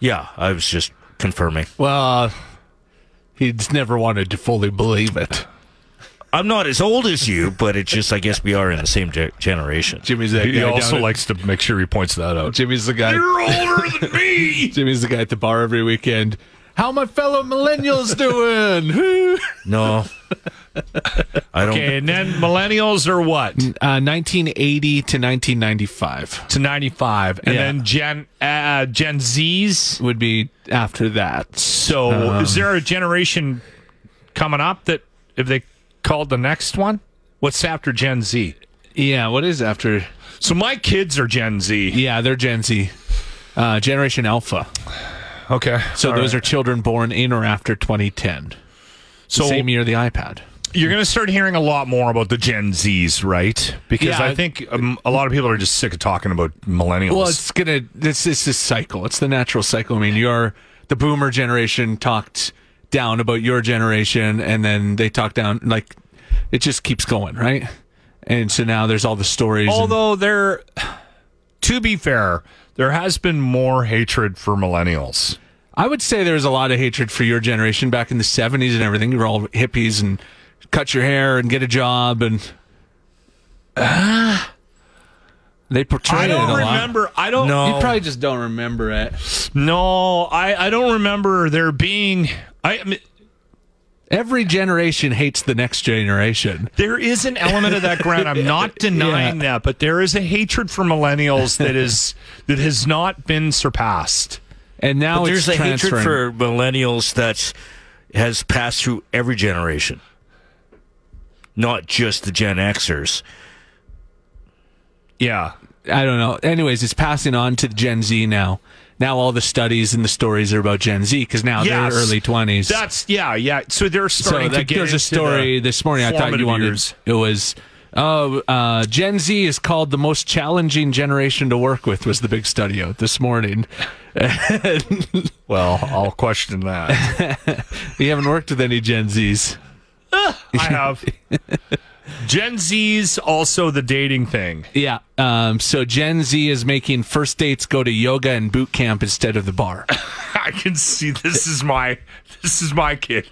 [SPEAKER 2] Yeah. I was just confirming.
[SPEAKER 5] Well, he's never wanted to fully believe it.
[SPEAKER 2] I'm not as old as you, but it's just I guess we are in the same ge- generation.
[SPEAKER 5] Jimmy's that
[SPEAKER 4] He
[SPEAKER 5] guy.
[SPEAKER 4] also
[SPEAKER 5] down at-
[SPEAKER 4] likes to make sure he points that out.
[SPEAKER 5] Jimmy's the guy.
[SPEAKER 4] You're older than me.
[SPEAKER 5] Jimmy's the guy at the bar every weekend. How my fellow millennials doing?
[SPEAKER 2] No. I don't.
[SPEAKER 4] Okay, and then millennials are what?
[SPEAKER 5] uh, 1980 to 1995
[SPEAKER 4] to 95 and
[SPEAKER 5] Yeah.
[SPEAKER 4] then gen uh, gen z's
[SPEAKER 5] would be after that.
[SPEAKER 4] so is there a generation coming up that if they called the next one what's after gen z
[SPEAKER 5] Yeah, what is after?
[SPEAKER 4] so my kids are gen z
[SPEAKER 5] Yeah, they're Gen Z. Uh, Generation Alpha.
[SPEAKER 4] okay
[SPEAKER 5] So those are children born in or after 2010.
[SPEAKER 4] so
[SPEAKER 5] Same year the iPad.
[SPEAKER 4] you're gonna start hearing a lot more about the gen z's right because
[SPEAKER 5] Yeah.
[SPEAKER 4] i think um, a lot of people are just sick of talking about millennials
[SPEAKER 5] Well, it's gonna. It's it's this cycle. It's the natural cycle. I mean, you're the boomer generation talked down about your generation, and then they talk down like it just keeps going, right? And so now there's all the stories. and-
[SPEAKER 4] Although there, to be fair, there has been more hatred for millennials.
[SPEAKER 5] I would say there was a lot of hatred for your generation back in the 70s and everything. You were all hippies and cut your hair and get a job and. they portray
[SPEAKER 4] I
[SPEAKER 5] it a
[SPEAKER 4] don't
[SPEAKER 5] lot.
[SPEAKER 4] remember. I don't.
[SPEAKER 5] You probably just don't remember it.
[SPEAKER 4] No, I, I don't remember there being. I, I mean,
[SPEAKER 5] Every generation hates the next generation.
[SPEAKER 4] there is an element of that Grant. I'm not denying that, but there is a hatred for millennials that is that has not been surpassed.
[SPEAKER 5] And now
[SPEAKER 2] But
[SPEAKER 5] it's
[SPEAKER 2] there's a hatred
[SPEAKER 5] transferring.
[SPEAKER 2] for millennials that has passed through every generation, not just the Gen Xers.
[SPEAKER 4] Yeah,
[SPEAKER 5] I don't know. Anyways, it's passing on to Gen Z now. Now all the studies and the stories are about Gen Z because now
[SPEAKER 4] Yes.
[SPEAKER 5] they're early twenties.
[SPEAKER 4] that's yeah, yeah. So they're
[SPEAKER 5] so
[SPEAKER 4] starting to
[SPEAKER 5] like,
[SPEAKER 4] get.
[SPEAKER 5] there's a
[SPEAKER 4] into
[SPEAKER 5] story
[SPEAKER 4] the
[SPEAKER 5] this morning. I thought
[SPEAKER 4] formative
[SPEAKER 5] you wanted.
[SPEAKER 4] years.
[SPEAKER 5] It was oh, uh, Gen Z is called the most challenging generation to work with. Was the big study out this morning?
[SPEAKER 4] Well, I'll question that.
[SPEAKER 5] You haven't worked with any Gen Zs.
[SPEAKER 4] I have. Gen Z's also the dating thing.
[SPEAKER 5] Yeah. Um, so Gen Z is making first dates go to yoga and boot camp instead of the bar.
[SPEAKER 4] I can see this is my this is my kids.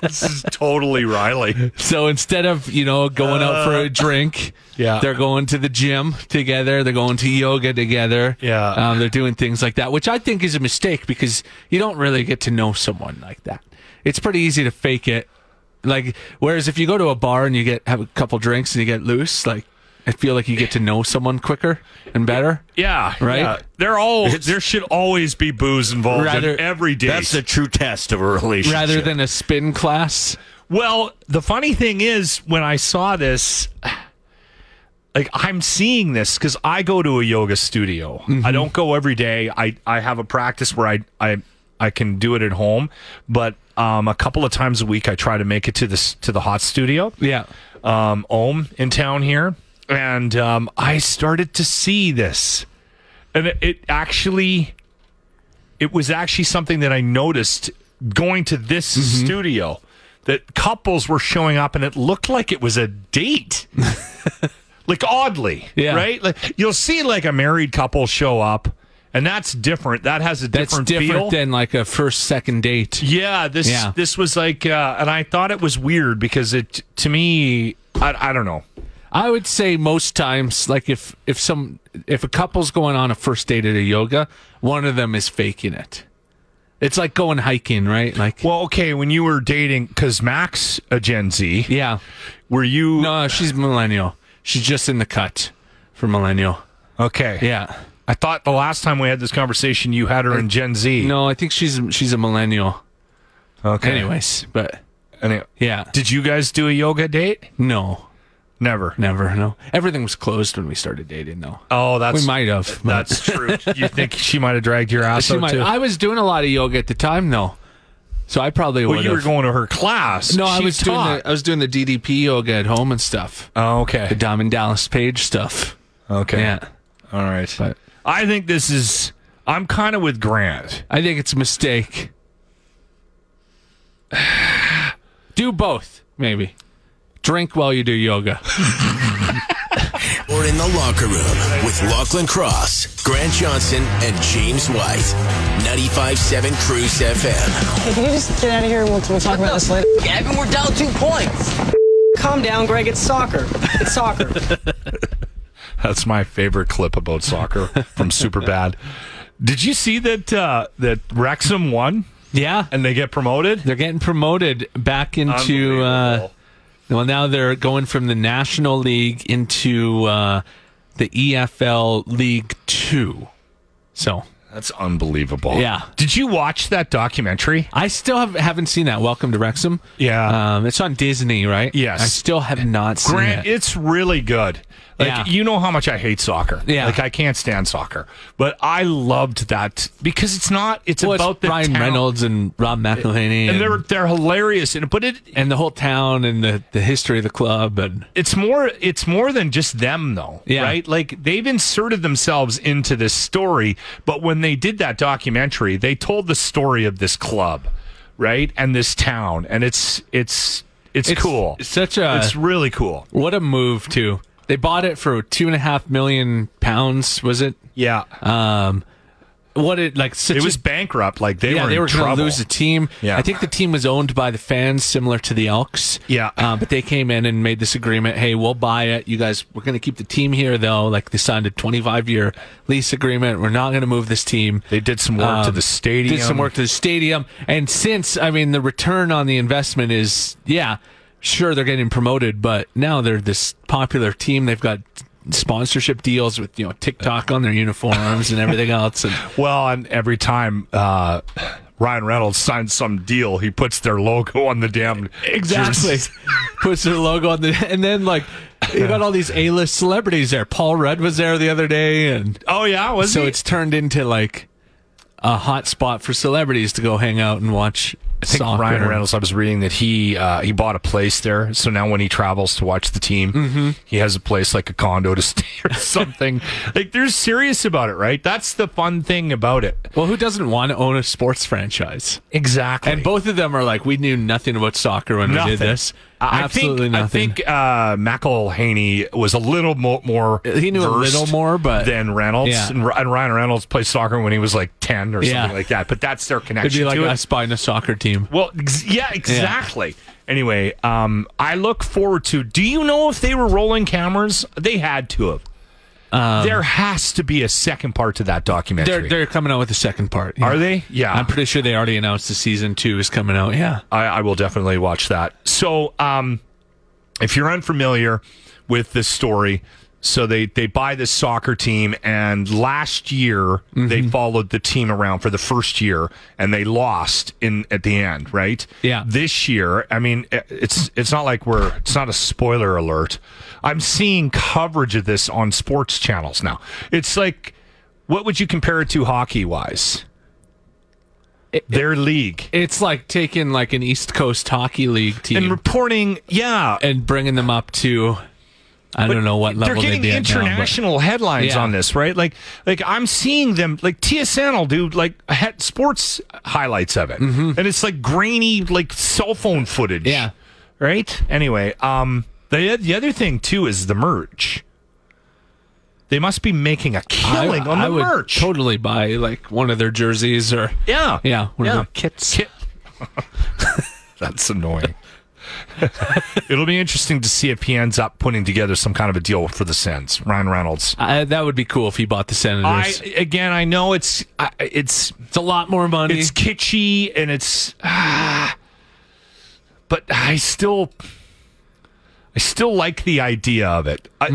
[SPEAKER 4] this is totally Riley.
[SPEAKER 5] So instead of you know going out for a drink,
[SPEAKER 4] Uh, yeah.
[SPEAKER 5] they're going to the gym together. They're going to yoga together.
[SPEAKER 4] Yeah.
[SPEAKER 5] um, they're doing things like that, which I think is a mistake because you don't really get to know someone like that. It's pretty easy to fake it. Like whereas if you go to a bar and you get have a couple drinks and you get loose, like I feel like you get to know someone quicker and better.
[SPEAKER 4] Yeah,
[SPEAKER 5] Right?
[SPEAKER 4] Yeah. They're all there should always be booze involved
[SPEAKER 5] Rather-
[SPEAKER 4] in every date.
[SPEAKER 2] That's the true test of a relationship.
[SPEAKER 5] Rather than a spin class,
[SPEAKER 4] Well, the funny thing is, when I saw this, like I'm seeing this because I go to a yoga studio. I don't go every day. I, I have a practice where I, I I can do it at home, but um, a couple of times a week I try to make it to this to the hot studio.
[SPEAKER 5] yeah.
[SPEAKER 4] um, Ohm in town here, and um, I started to see this, and it, it actually, it was actually something that I noticed going to this
[SPEAKER 5] Mm-hmm.
[SPEAKER 4] studio that couples were showing up, and it looked like it was a date. Like oddly,
[SPEAKER 5] Yeah.
[SPEAKER 4] right? Like you'll see, like a married couple show up, and that's different. That has a
[SPEAKER 5] That's
[SPEAKER 4] different,
[SPEAKER 5] different,
[SPEAKER 4] feel.
[SPEAKER 5] than like a first second date.
[SPEAKER 4] Yeah, this
[SPEAKER 5] Yeah.
[SPEAKER 4] this was like, uh, and I thought it was weird because it to me, I, I don't know.
[SPEAKER 5] I would say most times, like if if some if a couple's going on a first date at a yoga, one of them is faking it. It's like going hiking, right? Like,
[SPEAKER 4] Well, okay, when you were dating, because Max, a Gen Z,
[SPEAKER 5] yeah,
[SPEAKER 4] were you?
[SPEAKER 5] no, she's millennial. She's just in the cut for millennial.
[SPEAKER 4] Okay.
[SPEAKER 5] Yeah,
[SPEAKER 4] I thought the last time we had this conversation, you had her in Gen Z.
[SPEAKER 5] no, I think she's she's a millennial.
[SPEAKER 4] Okay.
[SPEAKER 5] Anyways, but
[SPEAKER 4] Any-
[SPEAKER 5] yeah,
[SPEAKER 4] Did you guys do a yoga date?
[SPEAKER 5] no,
[SPEAKER 4] Never.
[SPEAKER 5] never, no. Everything was closed when we started dating, though.
[SPEAKER 4] Oh, that's
[SPEAKER 5] we might have. but-
[SPEAKER 4] That's true. You think she might have dragged your ass
[SPEAKER 5] She
[SPEAKER 4] out
[SPEAKER 5] might-
[SPEAKER 4] too?
[SPEAKER 5] I was doing a lot of yoga at the time, though, so I probably
[SPEAKER 4] well,
[SPEAKER 5] would
[SPEAKER 4] you were
[SPEAKER 5] have.
[SPEAKER 4] going to her class.
[SPEAKER 5] No, I
[SPEAKER 4] She
[SPEAKER 5] was doing
[SPEAKER 4] taught.
[SPEAKER 5] the, I was doing the DDP yoga at home and stuff.
[SPEAKER 4] Oh,
[SPEAKER 5] The
[SPEAKER 4] okay.
[SPEAKER 5] Diamond Dallas Page stuff.
[SPEAKER 4] Okay.
[SPEAKER 5] Yeah.
[SPEAKER 4] All right.
[SPEAKER 5] But-
[SPEAKER 4] I think this is. I'm kind of with Grant.
[SPEAKER 5] I think it's a mistake. do both, maybe. Drink while you do yoga.
[SPEAKER 1] Or in the locker room with Lachlan Cross, Grant Johnson, and James White. 95.7 Cruise FM.
[SPEAKER 10] Hey, can you just get out of here and we'll, we'll talk about this later?
[SPEAKER 9] Evan, we're down two points.
[SPEAKER 10] Calm down, Greg. It's soccer. It's soccer.
[SPEAKER 4] That's my favorite clip about soccer from Superbad. Did you see that uh, that Wrexham won
[SPEAKER 5] Yeah.
[SPEAKER 4] and they get promoted?
[SPEAKER 5] They're getting promoted back into. Uh,
[SPEAKER 4] Unbelievable.
[SPEAKER 5] well, now they're going from the National League into uh, the EFL League Two. So
[SPEAKER 4] That's unbelievable.
[SPEAKER 5] Yeah.
[SPEAKER 4] Did you watch that documentary?
[SPEAKER 5] I still have, haven't seen that. Welcome to Wrexham.
[SPEAKER 4] Yeah.
[SPEAKER 5] Um, it's on Disney, right?
[SPEAKER 4] Yes.
[SPEAKER 5] I still have not seen
[SPEAKER 4] Grant,
[SPEAKER 5] it.
[SPEAKER 4] it's really good. Like
[SPEAKER 5] Yeah.
[SPEAKER 4] you know how much I hate soccer.
[SPEAKER 5] Yeah.
[SPEAKER 4] Like I can't stand soccer. But I loved that because it's not it's
[SPEAKER 5] Well,
[SPEAKER 4] about the
[SPEAKER 5] Brian
[SPEAKER 4] town.
[SPEAKER 5] Reynolds and Rob McElhaney
[SPEAKER 4] And
[SPEAKER 5] and,
[SPEAKER 4] they're they're hilarious in it, but it
[SPEAKER 5] and the whole town and the, the history of the club and
[SPEAKER 4] it's more it's more than just them though
[SPEAKER 5] Yeah.
[SPEAKER 4] right like they've inserted themselves into this story but when they did that documentary they told the story of this club right and this town and it's it's it's,
[SPEAKER 5] It's uh,
[SPEAKER 4] cool
[SPEAKER 5] such a-
[SPEAKER 4] it's really cool
[SPEAKER 5] what a move too. They bought it for two and a half million pounds, was it?
[SPEAKER 4] yeah
[SPEAKER 5] Um, what it like? Such
[SPEAKER 4] it was
[SPEAKER 5] a,
[SPEAKER 4] bankrupt like they
[SPEAKER 5] yeah,
[SPEAKER 4] were
[SPEAKER 5] they
[SPEAKER 4] in
[SPEAKER 5] were going
[SPEAKER 4] trouble
[SPEAKER 5] to lose the team.
[SPEAKER 4] Yeah.
[SPEAKER 5] I think the team was owned by the fans, similar to the Elks.
[SPEAKER 4] Yeah.
[SPEAKER 5] uh, but they came in and made this agreement. Hey, we'll buy it. You guys, we're going to keep the team here though. Like they signed a 25 year lease agreement. We're not going to move this team.
[SPEAKER 4] they did some work to
[SPEAKER 5] Um,
[SPEAKER 4] the stadium
[SPEAKER 5] Did some work to the stadium, and since I mean the return on the investment is yeah, sure they're getting promoted, but now they're this popular team. They've got sponsorship deals with you know TikTok on their uniforms and everything else, and
[SPEAKER 4] well and every time uh Ryan Reynolds signs some deal. He puts their logo on the damn
[SPEAKER 5] exactly
[SPEAKER 4] jerseys.
[SPEAKER 5] puts their logo on the and then like you got all these A list celebrities there. Paul Rudd was there the other day, and
[SPEAKER 4] Oh yeah, was
[SPEAKER 5] so
[SPEAKER 4] he?
[SPEAKER 5] it's turned into like a hot spot for celebrities to go hang out and watch
[SPEAKER 4] I think
[SPEAKER 5] soccer.
[SPEAKER 4] Ryan Reynolds. I was reading that he uh, he bought a place there, so now when he travels to watch the team,
[SPEAKER 5] Mm-hmm.
[SPEAKER 4] he has a place like a condo to stay or something. like they're serious about it, right? That's the fun thing about it.
[SPEAKER 5] Well, who doesn't want to own a sports franchise?
[SPEAKER 4] Exactly.
[SPEAKER 5] And both of them are like, we knew nothing about soccer when we did
[SPEAKER 4] Nothing.
[SPEAKER 5] this.
[SPEAKER 4] I-
[SPEAKER 5] Absolutely
[SPEAKER 4] I
[SPEAKER 5] nothing.
[SPEAKER 4] think, I think uh, McElhaney was a little mo- more.
[SPEAKER 5] He knew a
[SPEAKER 4] versed
[SPEAKER 5] little more, but-
[SPEAKER 4] than Reynolds
[SPEAKER 5] Yeah.
[SPEAKER 4] and, R- and Ryan Reynolds played soccer when he was like ten or
[SPEAKER 5] Yeah.
[SPEAKER 4] something like that. But that's their
[SPEAKER 5] It'd
[SPEAKER 4] connection
[SPEAKER 5] be like
[SPEAKER 4] to it.
[SPEAKER 5] us buying a soccer team.
[SPEAKER 4] Well, ex- yeah, exactly. Anyway, um, I look forward to. Do you know if they were rolling cameras? They had to have. there has to be a second part to that documentary.
[SPEAKER 5] They're, they're coming out with the second part.
[SPEAKER 4] Are they? Yeah.
[SPEAKER 5] I'm pretty sure they already announced the season two is coming out. Yeah.
[SPEAKER 4] I, I will definitely watch that. So, um, if you're unfamiliar with this story, so they they buy this soccer team, and last year they followed the team around for the first year, and they lost in at the end, right?
[SPEAKER 5] Yeah.
[SPEAKER 4] This year, I mean, i- it's it's not like we're it's not a spoiler alert. I'm seeing coverage of this on sports channels now. It's like, what would you compare it to hockey wise? Their league.
[SPEAKER 5] It's like taking like an East Coast hockey league team
[SPEAKER 4] And
[SPEAKER 5] and,
[SPEAKER 4] reporting, yeah,
[SPEAKER 5] bringing them up to I don't know what
[SPEAKER 4] they're
[SPEAKER 5] level
[SPEAKER 4] getting
[SPEAKER 5] they'd be at now, but-
[SPEAKER 4] international headlines
[SPEAKER 5] Yeah.
[SPEAKER 4] on this, right? Like, like I'm seeing them, like TSN will do like he- sports highlights of it, and it's like grainy, like cell phone footage.
[SPEAKER 5] Mm-hmm. Yeah.
[SPEAKER 4] right. Anyway, um, the the other thing too is the merch. They must be making a killing on the
[SPEAKER 5] would
[SPEAKER 4] merch.
[SPEAKER 5] Totally buy like one of their jerseys or
[SPEAKER 4] yeah,
[SPEAKER 5] yeah, one
[SPEAKER 4] yeah.
[SPEAKER 5] of their kits.
[SPEAKER 4] Kit- That's annoying. It'll be interesting to see if he ends up putting together some kind of a deal for the Sens. Ryan Reynolds.
[SPEAKER 5] I, that would be cool if he bought the
[SPEAKER 4] I
[SPEAKER 5] Senators.
[SPEAKER 4] again, I know it's I, it's
[SPEAKER 5] it's a lot more money.
[SPEAKER 4] it's kitschy and it's, ah, but I still. I still like the idea of it, I,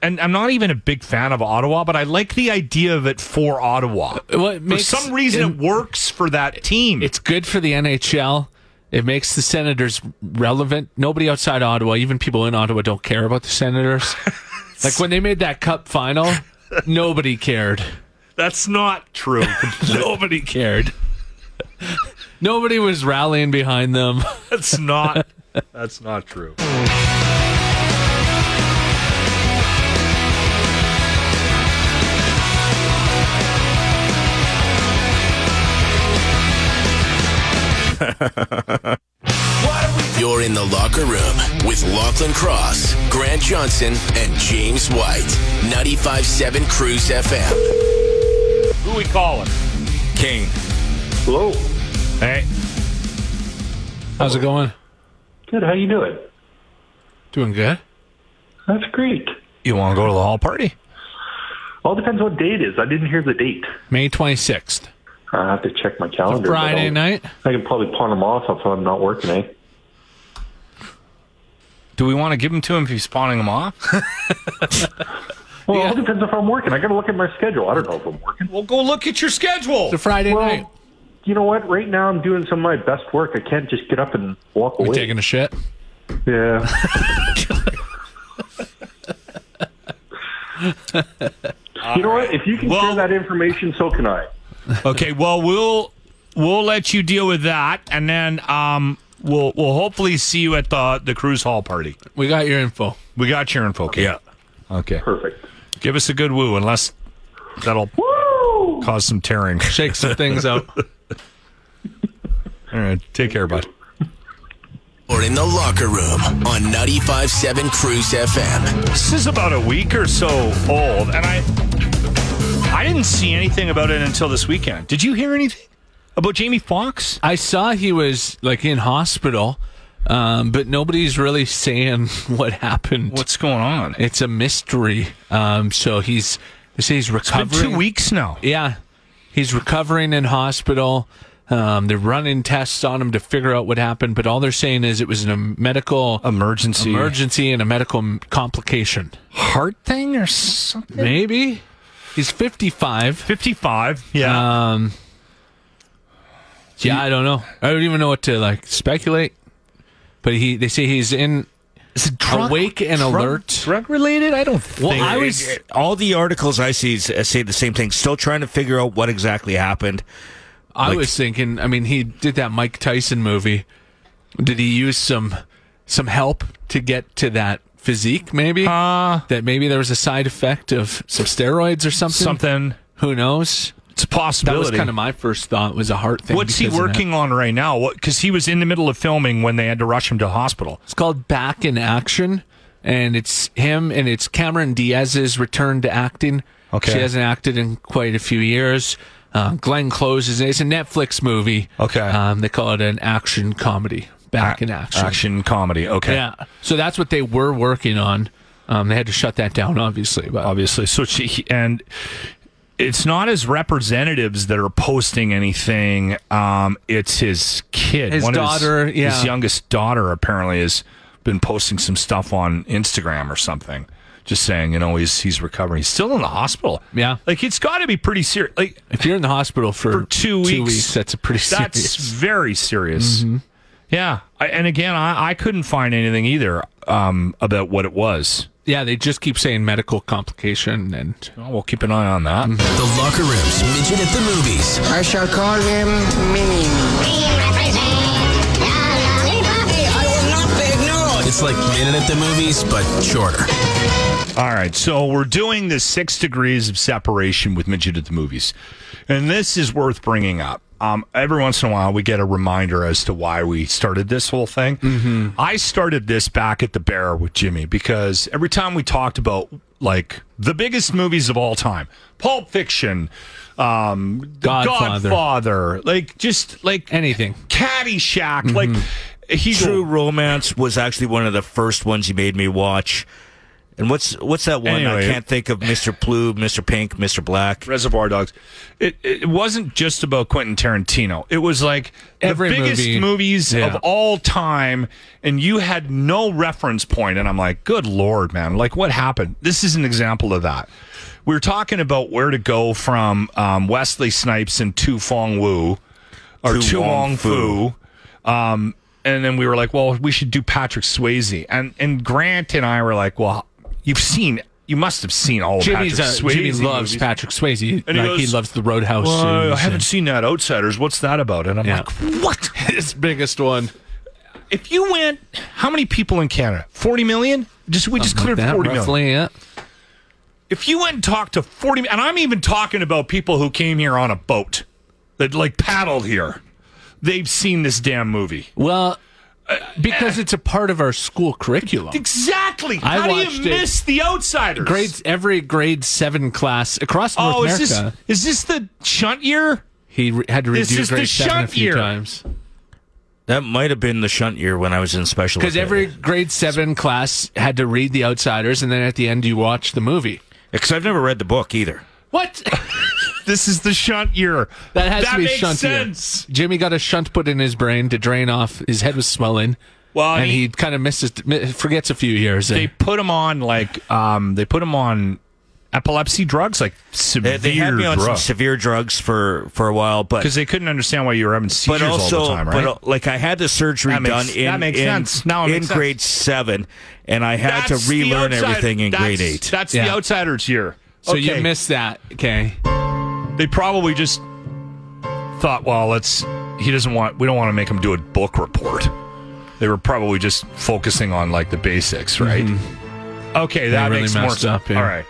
[SPEAKER 4] and I'm not even a big fan of Ottawa, but I like the idea of it for Ottawa.
[SPEAKER 5] What makes-
[SPEAKER 4] for some reason, it works for that team.
[SPEAKER 5] It's good for the NHL. It makes the Senators relevant. Nobody outside Ottawa, even people in Ottawa, don't care about the Senators. like when they made that Cup final, nobody cared.
[SPEAKER 4] That's not true.
[SPEAKER 5] Nobody cared. Nobody was rallying behind them.
[SPEAKER 4] That's not. That's not true.
[SPEAKER 1] You're in the locker room with Lachlan Cross, Grant Johnson, and James White. 95.7 Cruise FM.
[SPEAKER 4] Who we calling? King.
[SPEAKER 11] Hello.
[SPEAKER 4] Hey.
[SPEAKER 5] How's it going?
[SPEAKER 11] Good. How you doing?
[SPEAKER 5] Doing good.
[SPEAKER 11] That's great.
[SPEAKER 4] You want to go to the hall party?
[SPEAKER 11] All depends what day it is. I didn't hear the date.
[SPEAKER 5] May 26th.
[SPEAKER 11] I have to check my calendar. but
[SPEAKER 5] Friday
[SPEAKER 11] I'll-
[SPEAKER 5] night.
[SPEAKER 11] I can probably pawn them off if I'm not working. Eh?
[SPEAKER 4] Do we want to give him to him if he's pawning him off?
[SPEAKER 11] Well, it all depends if I'm working. I got to look at my schedule. I don't know if I'm working.
[SPEAKER 4] well, go look at your schedule.
[SPEAKER 5] The Friday
[SPEAKER 11] Well,
[SPEAKER 5] night.
[SPEAKER 11] You know what? Right now, I'm doing some of my best work. I can't just get up and walk
[SPEAKER 5] We
[SPEAKER 11] away.
[SPEAKER 5] taking a shit.
[SPEAKER 11] yeah. you know what? If you can share that information, so can I.
[SPEAKER 4] Okay. Well, we'll we'll let you deal with that, and then um, we'll we'll hopefully see you at the the cruise hall party.
[SPEAKER 5] We got your info.
[SPEAKER 4] We got your info. King. Yeah. Okay.
[SPEAKER 11] Perfect.
[SPEAKER 4] Give us a good woo, unless that'll cause some tearing.
[SPEAKER 5] Shake some things out.
[SPEAKER 4] All right. Take care, bud.
[SPEAKER 1] Or in the locker room on 95.7 Cruise FM.
[SPEAKER 4] This is about a week or so old, and I I didn't see anything about it until this weekend. Did you hear anything about Jamie Foxx?
[SPEAKER 5] I saw he was like in hospital, um, but nobody's really saying what happened.
[SPEAKER 4] What's going on?
[SPEAKER 5] It's a mystery. Um, so he's they say he's recovering.
[SPEAKER 4] two weeks now.
[SPEAKER 5] Yeah, he's recovering in hospital. Um, they're running tests on him to figure out what happened, but all they're saying is it was an, a medical
[SPEAKER 4] Emergency.
[SPEAKER 5] emergency and a medical m- complication.
[SPEAKER 4] Heart thing or something?
[SPEAKER 5] Maybe he's fifty-five.
[SPEAKER 4] 55. Yeah.
[SPEAKER 5] Um, yeah, I don't know. I don't even know what to like speculate. But he, they say he's in
[SPEAKER 4] is it
[SPEAKER 5] awake and alert.
[SPEAKER 4] Drug related? I don't
[SPEAKER 2] Well,
[SPEAKER 4] think.
[SPEAKER 2] I was uh, all the articles I see s- say the same thing. Still trying to figure out what exactly happened.
[SPEAKER 5] I was thinking. I mean, he did that Mike Tyson movie. Did he use some some help to get to that physique? Maybe
[SPEAKER 4] Uh,
[SPEAKER 5] that maybe there was a side effect of some steroids or something.
[SPEAKER 4] Something.
[SPEAKER 5] Who knows?
[SPEAKER 4] It's a possibility.
[SPEAKER 5] That was kind of my first thought. Was a heart thing.
[SPEAKER 4] What's he
[SPEAKER 5] because of that.
[SPEAKER 4] working on right now? Because he was in the middle of filming when they had to rush him to hospital.
[SPEAKER 5] It's called Back in Action, and it's him and it's Cameron Diaz's return to acting.
[SPEAKER 4] Okay.
[SPEAKER 5] she hasn't acted in quite a few years. Uh, Glenn Close is it's a Netflix movie. Okay, um, they call it an action comedy. Back in Action.
[SPEAKER 4] Action comedy. Okay.
[SPEAKER 5] Yeah, so that's what they were working on. Um, they had to shut that down, obviously. But
[SPEAKER 4] obviously, so she and it's not his representatives that are posting anything. Um, it's his kid,
[SPEAKER 5] His
[SPEAKER 4] One of
[SPEAKER 5] daughter,
[SPEAKER 4] his,
[SPEAKER 5] yeah.
[SPEAKER 4] his youngest daughter apparently has been posting some stuff on Instagram or something, just saying you know he's he's recovering. He's still in the hospital.
[SPEAKER 5] Yeah,
[SPEAKER 4] like it's got to be pretty serious. Like
[SPEAKER 5] if you're in the hospital for,
[SPEAKER 4] two,
[SPEAKER 5] two
[SPEAKER 4] weeks,
[SPEAKER 5] weeks, that's a pretty
[SPEAKER 4] that's
[SPEAKER 5] serious-
[SPEAKER 4] very serious.
[SPEAKER 5] Mhm.
[SPEAKER 4] Yeah, I, and again, I, I couldn't find anything either um, about what it was.
[SPEAKER 5] yeah, they just keep saying medical complication, and
[SPEAKER 4] we'll keep an eye on that.
[SPEAKER 5] Mm-hmm.
[SPEAKER 1] The locker room's midget at the movies.
[SPEAKER 9] I shall call him Mini.
[SPEAKER 1] It's like minute at the movies, but shorter.
[SPEAKER 4] All right, so we're doing the six degrees of separation with midget at the movies, and this is worth bringing up. Um, every once in a while, we get a reminder as to why we started this whole thing. Mm-hmm. I started this back at the bear with Jimmy because every time we talked about like the biggest movies of all time, Pulp Fiction, um,
[SPEAKER 5] Godfather.
[SPEAKER 4] Godfather, like just like
[SPEAKER 5] anything,
[SPEAKER 4] Caddyshack, like he
[SPEAKER 2] True Romance was actually one of the first ones you made me watch. And what's what's that one?
[SPEAKER 4] Anyway.
[SPEAKER 2] I can't think of Mr. Blue, Mr. Pink, Mr. Black.
[SPEAKER 4] Reservoir Dogs. It, it wasn't just about Quentin Tarantino. It was like the
[SPEAKER 5] Every
[SPEAKER 4] biggest
[SPEAKER 5] movie.
[SPEAKER 4] movies
[SPEAKER 5] Yeah.
[SPEAKER 4] of all time, and you had no reference point. And I'm like, good lord, man! Like, what happened? This is an example of that. We were talking about where to go from um, Wesley Snipes and Tu Fong Wu, or
[SPEAKER 2] Tu
[SPEAKER 4] Tu
[SPEAKER 2] Wong
[SPEAKER 4] Wong Fu. Um, and then we were like, well, we should do Patrick Swayze. And and Grant and I were like, well, you've seen. You must have seen all of
[SPEAKER 5] Jimmy's uh,
[SPEAKER 4] Patrick Swayze.
[SPEAKER 5] Jimmy loves
[SPEAKER 4] movies.
[SPEAKER 5] Patrick Swayze.
[SPEAKER 4] And he
[SPEAKER 5] like he
[SPEAKER 4] goes,
[SPEAKER 5] loves the Roadhouse.
[SPEAKER 4] Well, I
[SPEAKER 5] series
[SPEAKER 4] haven't
[SPEAKER 5] and-
[SPEAKER 4] seen that Outsiders. What's that about? And I'm
[SPEAKER 5] Oh, Yeah.
[SPEAKER 4] like, what?
[SPEAKER 5] His biggest one.
[SPEAKER 4] If you went, how many people in Canada? Forty million? Just we just
[SPEAKER 5] Something
[SPEAKER 4] cleared
[SPEAKER 5] like that,
[SPEAKER 4] forty million.
[SPEAKER 5] roughly, yeah.
[SPEAKER 4] If you went and talked to forty, and I'm even talking about people who came here on a boat that like paddled here, they've seen this damn movie.
[SPEAKER 5] Well, because it's a part of our school curriculum.
[SPEAKER 4] Exactly.
[SPEAKER 5] I
[SPEAKER 4] how do
[SPEAKER 5] watched
[SPEAKER 4] you
[SPEAKER 5] it.
[SPEAKER 4] miss The Outsiders?
[SPEAKER 5] Grades every grade seven class across North
[SPEAKER 4] Oh, is
[SPEAKER 5] America.
[SPEAKER 4] this is this the shunt year?
[SPEAKER 5] he re- had to
[SPEAKER 4] This
[SPEAKER 5] redo
[SPEAKER 4] is the
[SPEAKER 5] grade seven a
[SPEAKER 4] shunt
[SPEAKER 5] few
[SPEAKER 4] year.
[SPEAKER 5] times
[SPEAKER 2] That might have been the shunt year when I was in special.
[SPEAKER 5] because
[SPEAKER 2] ed.
[SPEAKER 5] every grade seven class had to read The Outsiders, and then at the end you watch the movie.
[SPEAKER 2] Because I've never read the book either.
[SPEAKER 5] What?
[SPEAKER 4] This is the shunt year.
[SPEAKER 5] That has to be a
[SPEAKER 4] makes
[SPEAKER 5] shunt year.
[SPEAKER 4] sense.
[SPEAKER 5] Jimmy got a shunt put in his brain to drain off. His head was swelling.
[SPEAKER 4] Well,
[SPEAKER 5] and
[SPEAKER 4] he-
[SPEAKER 5] he, kind of misses, mi- forgets a few years.
[SPEAKER 4] they put him on like um they put him on epilepsy drugs like severe
[SPEAKER 2] They, they had me on some
[SPEAKER 4] drugs
[SPEAKER 2] severe drugs for for a while, but
[SPEAKER 4] because they couldn't understand why you were having seizures
[SPEAKER 2] but also,
[SPEAKER 4] all the time right
[SPEAKER 2] but uh, like I had the surgery
[SPEAKER 4] That makes-
[SPEAKER 2] done in
[SPEAKER 4] that makes
[SPEAKER 2] in,
[SPEAKER 4] sense. Now it
[SPEAKER 2] in
[SPEAKER 4] makes sense.
[SPEAKER 2] grade seven, and I had
[SPEAKER 4] That's
[SPEAKER 2] to
[SPEAKER 4] the
[SPEAKER 2] relearn
[SPEAKER 4] outside-
[SPEAKER 2] everything in
[SPEAKER 4] that's-
[SPEAKER 2] grade eight.
[SPEAKER 4] that's the
[SPEAKER 5] Yeah.
[SPEAKER 4] outsiders year
[SPEAKER 5] so you
[SPEAKER 4] Okay.
[SPEAKER 5] missed that. Okay.
[SPEAKER 4] they probably just thought well let's he doesn't want we don't want to make him do a book report they were probably just focusing on like the basics right okay that
[SPEAKER 5] Mm-hmm. really
[SPEAKER 4] makes more
[SPEAKER 5] messed
[SPEAKER 4] sense
[SPEAKER 5] up, yeah.
[SPEAKER 4] all right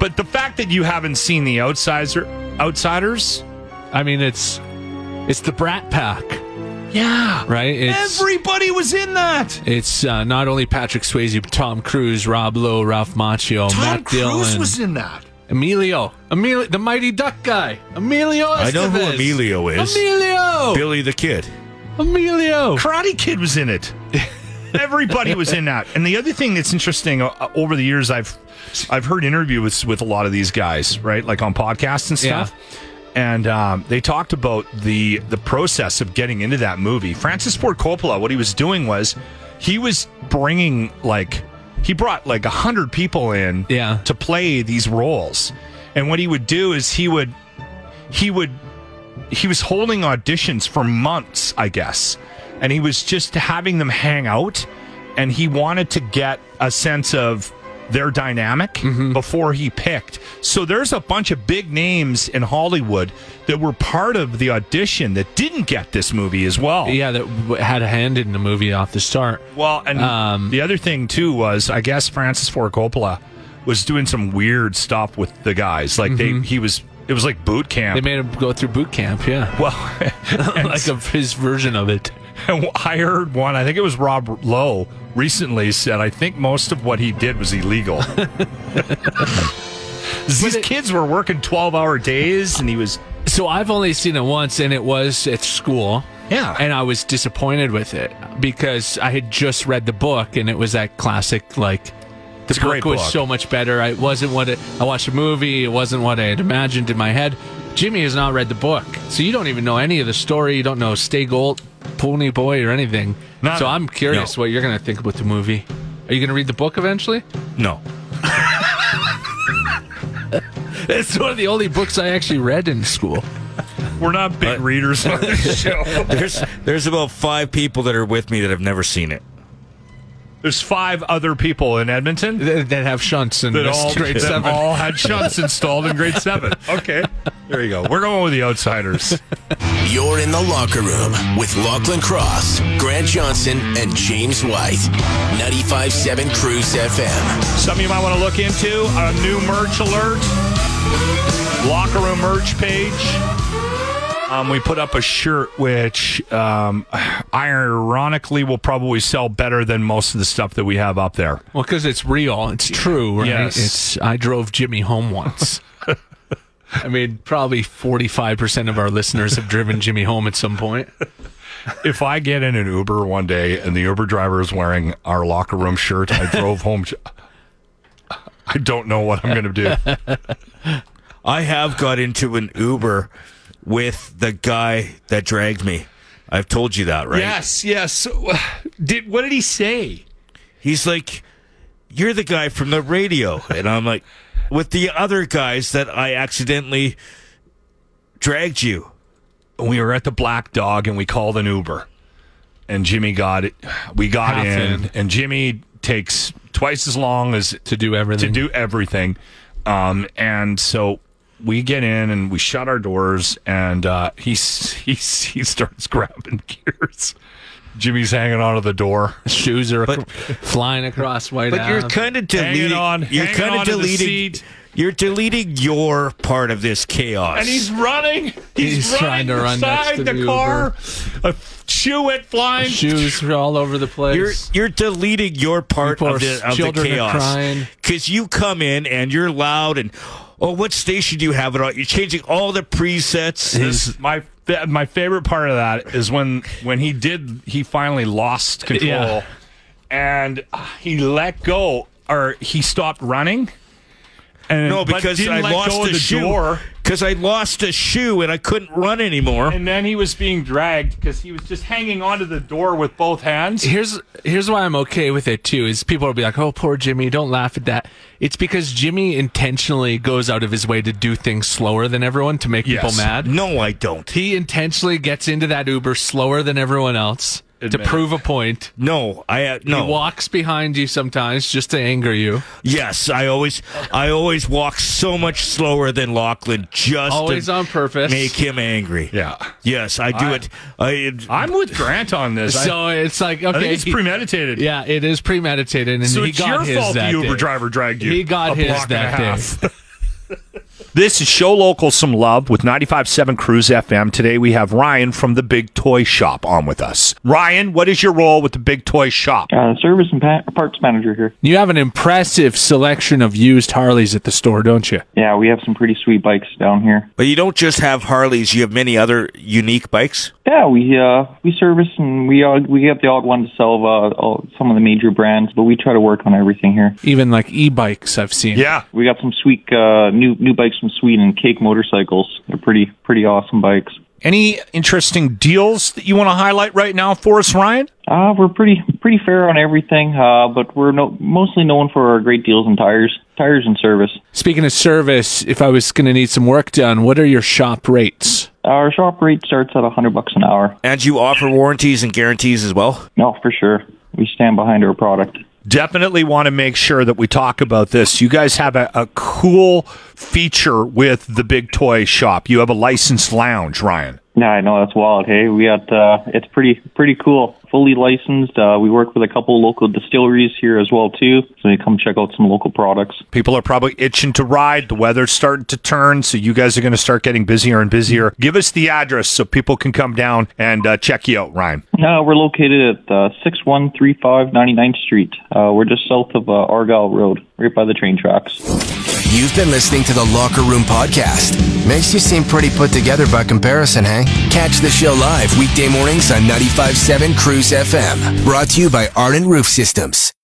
[SPEAKER 4] but the fact that you haven't seen the outsider outsiders
[SPEAKER 5] I mean, it's it's the Brat Pack,
[SPEAKER 4] yeah
[SPEAKER 5] right? It's,
[SPEAKER 4] Everybody was in that.
[SPEAKER 5] It's uh, not only Patrick Swayze, but Tom Cruise, Rob Lowe, Ralph Macchio,
[SPEAKER 4] Tom
[SPEAKER 5] Matt
[SPEAKER 4] Cruise
[SPEAKER 5] Dillon,
[SPEAKER 4] was in that.
[SPEAKER 5] Emilio, Emilio, the Mighty Duck guy, Emilio.
[SPEAKER 2] I know who
[SPEAKER 5] Estevez.
[SPEAKER 2] Emilio is.
[SPEAKER 5] Emilio.
[SPEAKER 2] Billy the Kid.
[SPEAKER 5] Emilio.
[SPEAKER 4] Karate Kid was in it. Everybody was in that. And the other thing that's interesting uh, uh, over the years, I've I've heard interviews with, with a lot of these guys, right? Like on podcasts and stuff. And um, they talked about the the process of getting into that movie. Francis Ford Coppola, what he was doing was he was bringing like he brought like a hundred people in
[SPEAKER 5] Yeah.
[SPEAKER 4] to play these roles. And what he would do is he would he would he was holding auditions for months, I guess, and he was just having them hang out, and he wanted to get a sense of their dynamic
[SPEAKER 5] Mm-hmm.
[SPEAKER 4] before he picked. So there's a bunch of big names in Hollywood that were part of the audition that didn't get this movie as well.
[SPEAKER 5] Yeah, that w- had a hand in the movie off the start.
[SPEAKER 4] Well, and
[SPEAKER 5] Um,
[SPEAKER 4] the other thing too was I guess Francis Ford Coppola was doing some weird stuff with the guys. Like they, he was. It was like boot camp.
[SPEAKER 5] Mm-hmm. They made him go through boot camp, yeah.
[SPEAKER 4] Well,
[SPEAKER 5] like a, his version of it.
[SPEAKER 4] And I heard one, I think it was Rob Lowe recently said, I think most of what he did was illegal. These kids were working 12 hour days and he was.
[SPEAKER 5] So I've only seen it once, and it was at school.
[SPEAKER 4] Yeah.
[SPEAKER 5] And I was disappointed with it because I had just read the book, and it was that classic, like, the
[SPEAKER 4] It's a great
[SPEAKER 5] was
[SPEAKER 4] book.
[SPEAKER 5] so much better. I- It wasn't what it, I watched a movie, it wasn't what I had imagined in my head. Jimmy has not read the book, so you don't even know any of the story. You don't know Stay Gold, Pony Boy, or anything.
[SPEAKER 4] Not-
[SPEAKER 5] so I'm curious what you're going to think about the movie. Are you going to read the book eventually?
[SPEAKER 4] No.
[SPEAKER 5] It's one of the only books I actually read in school.
[SPEAKER 4] We're not big readers on this show.
[SPEAKER 2] There's there's about five people that are with me that have never seen it.
[SPEAKER 4] There's five other people in Edmonton
[SPEAKER 5] that, that have shunts and
[SPEAKER 4] that
[SPEAKER 5] missed
[SPEAKER 4] all,
[SPEAKER 5] grade
[SPEAKER 4] that
[SPEAKER 5] seven.
[SPEAKER 4] all had shunts installed in grade seven. Okay. There you go. We're going with the outsiders.
[SPEAKER 1] You're in the locker room with Lachlan Cross, Grant Johnson, and James White. 95.7 Cruise FM.
[SPEAKER 4] Something you might want to look into a new merch alert, locker room merch page. Um, we put up a shirt which, um, ironically, will probably sell better than most of the stuff that we have up there.
[SPEAKER 5] Well, because it's real, it's true, right?
[SPEAKER 4] Yes.
[SPEAKER 5] It's I drove Jimmy home once. I mean, probably forty-five percent of our listeners have driven Jimmy home at some point.
[SPEAKER 4] If I get in an Uber one day and the Uber driver is wearing our locker room shirt, I drove home. j- I don't know what I'm going to do.
[SPEAKER 2] I have got into an Uber with the guy that dragged me. I've told you that, right?
[SPEAKER 4] Yes, yes. uh, Did what did he say?
[SPEAKER 2] He's like, "You're the guy from the radio," and I'm like, "With the other guys that I accidentally dragged you."
[SPEAKER 4] we were at the Black Dog and we called an Uber. And Jimmy got it. We got
[SPEAKER 5] Half
[SPEAKER 4] in,
[SPEAKER 5] in.
[SPEAKER 4] and Jimmy takes twice as long as
[SPEAKER 5] To do everything.
[SPEAKER 4] to do everything. Um, and so we get in and we shut our doors, and uh, he s- he s- he starts grabbing gears. Jimmy's hanging onto the door,
[SPEAKER 5] Shoes are
[SPEAKER 2] But-
[SPEAKER 5] flying across White
[SPEAKER 2] But you're
[SPEAKER 5] Ave.
[SPEAKER 2] kind of
[SPEAKER 4] Hanging
[SPEAKER 2] deleting.
[SPEAKER 4] on-
[SPEAKER 2] you're
[SPEAKER 4] hanging
[SPEAKER 2] kind of
[SPEAKER 4] onto the
[SPEAKER 2] deleting.
[SPEAKER 4] seat.
[SPEAKER 2] You're deleting your part of this chaos.
[SPEAKER 4] and he's running. He's,
[SPEAKER 5] He's
[SPEAKER 4] running
[SPEAKER 5] trying to run next
[SPEAKER 4] beside
[SPEAKER 5] to
[SPEAKER 4] the,
[SPEAKER 5] the
[SPEAKER 4] car. A shoe it flying.
[SPEAKER 5] shoes are all over the
[SPEAKER 2] You're
[SPEAKER 5] place.
[SPEAKER 2] you're deleting your part
[SPEAKER 5] People
[SPEAKER 2] of
[SPEAKER 5] are-
[SPEAKER 2] the of the
[SPEAKER 5] children are
[SPEAKER 2] chaos
[SPEAKER 5] crying.
[SPEAKER 2] because you come in and you're loud and oh, what station do you have it on? You're changing all the presets.
[SPEAKER 4] This, my th- my favorite part of that is when when he did he finally lost control
[SPEAKER 5] Yeah.
[SPEAKER 4] and he let go or he stopped running. And
[SPEAKER 2] no,
[SPEAKER 4] but
[SPEAKER 2] because
[SPEAKER 4] didn't
[SPEAKER 2] I
[SPEAKER 4] let
[SPEAKER 2] lost
[SPEAKER 4] go of
[SPEAKER 2] a
[SPEAKER 4] the
[SPEAKER 2] shoe.
[SPEAKER 4] door.
[SPEAKER 2] Because I lost a shoe and I couldn't run anymore.
[SPEAKER 4] And then he was being dragged because he was just hanging onto the door with both hands.
[SPEAKER 5] here's here's why I'm okay with it too. Is people will be like, "Oh, poor Jimmy, don't laugh at that." It's because Jimmy intentionally goes out of his way to do things slower than everyone to make people
[SPEAKER 4] Yes.
[SPEAKER 5] mad.
[SPEAKER 2] no, I don't.
[SPEAKER 5] He intentionally gets into that Uber slower than everyone else to
[SPEAKER 4] Admit it.
[SPEAKER 5] prove a point.
[SPEAKER 2] No, I uh, no.
[SPEAKER 5] He walks behind you sometimes just to anger you.
[SPEAKER 2] yes, I always I always walk so much slower than Lachlan just
[SPEAKER 5] Always
[SPEAKER 2] to
[SPEAKER 5] on purpose.
[SPEAKER 2] make him angry.
[SPEAKER 4] Yeah.
[SPEAKER 2] Yes, I do
[SPEAKER 4] I-
[SPEAKER 2] it. I
[SPEAKER 4] I'm with Grant on this. I-
[SPEAKER 5] So it's like
[SPEAKER 4] I,
[SPEAKER 5] okay,
[SPEAKER 4] think it's
[SPEAKER 5] he-
[SPEAKER 4] premeditated.
[SPEAKER 5] yeah, it is premeditated, and
[SPEAKER 4] So
[SPEAKER 5] he
[SPEAKER 4] it's
[SPEAKER 5] got
[SPEAKER 4] your
[SPEAKER 5] his
[SPEAKER 4] fault the
[SPEAKER 5] that
[SPEAKER 4] Uber
[SPEAKER 5] day.
[SPEAKER 4] driver dragged you.
[SPEAKER 5] He got
[SPEAKER 4] a
[SPEAKER 5] his
[SPEAKER 4] block and a
[SPEAKER 5] that day.
[SPEAKER 4] half. this is Show Local Some Love with 95.7 Cruise FM. Today we have Ryan from the Big Toy Shop on with us. Ryan, what is your role with the Big Toy Shop?
[SPEAKER 7] Uh, service and pa- parts manager here.
[SPEAKER 5] You have an impressive selection of used Harleys at the store, don't you?
[SPEAKER 7] Yeah, we have some pretty sweet bikes down here.
[SPEAKER 2] But you don't just have Harleys; you have many other unique bikes.
[SPEAKER 7] Yeah, we uh, we service and we uh, we get the odd one to sell uh, all, some of the major brands, but we try to work on everything here.
[SPEAKER 5] Even like e-bikes, I've seen.
[SPEAKER 4] Yeah.
[SPEAKER 7] We got some sweet uh, new new bikes from Sweden, Cake motorcycles. They're pretty pretty awesome bikes.
[SPEAKER 4] Any interesting deals that you want to highlight right now for us, Ryan?
[SPEAKER 7] Uh, we're pretty pretty fair on everything, uh, but we're no, mostly known for our great deals on tires, tires and service.
[SPEAKER 5] Speaking of service, if I was going to need some work done, what are your shop rates?
[SPEAKER 7] Our shop rate starts at a hundred bucks an hour.
[SPEAKER 2] And you offer warranties and guarantees as well.
[SPEAKER 7] No, for sure, we stand behind our product.
[SPEAKER 4] definitely want to make sure that we talk about this. You guys have a, a cool feature with the Big Toy Shop. You have a licensed lounge, Ryan.
[SPEAKER 7] Yeah, I know that's wild. Hey, we got uh, it's pretty pretty cool. Fully licensed. Uh, we work with a couple local distilleries here as well too, so you come check out some local products.
[SPEAKER 4] People are probably itching to ride. The weather's starting to turn, so you guys are going to start getting busier and busier. Give us the address so people can come down and uh, check you out, Ryan.
[SPEAKER 7] No, we're located at uh, 6135 99th Street. Uh, we're just south of uh, Argyle Road, right by the train tracks.
[SPEAKER 1] You've been listening to the Locker Room Podcast. Makes you seem pretty put together by comparison, hey? Catch the show live weekday mornings on 95.7 Cruise FM. Brought to you by Arden Roof Systems.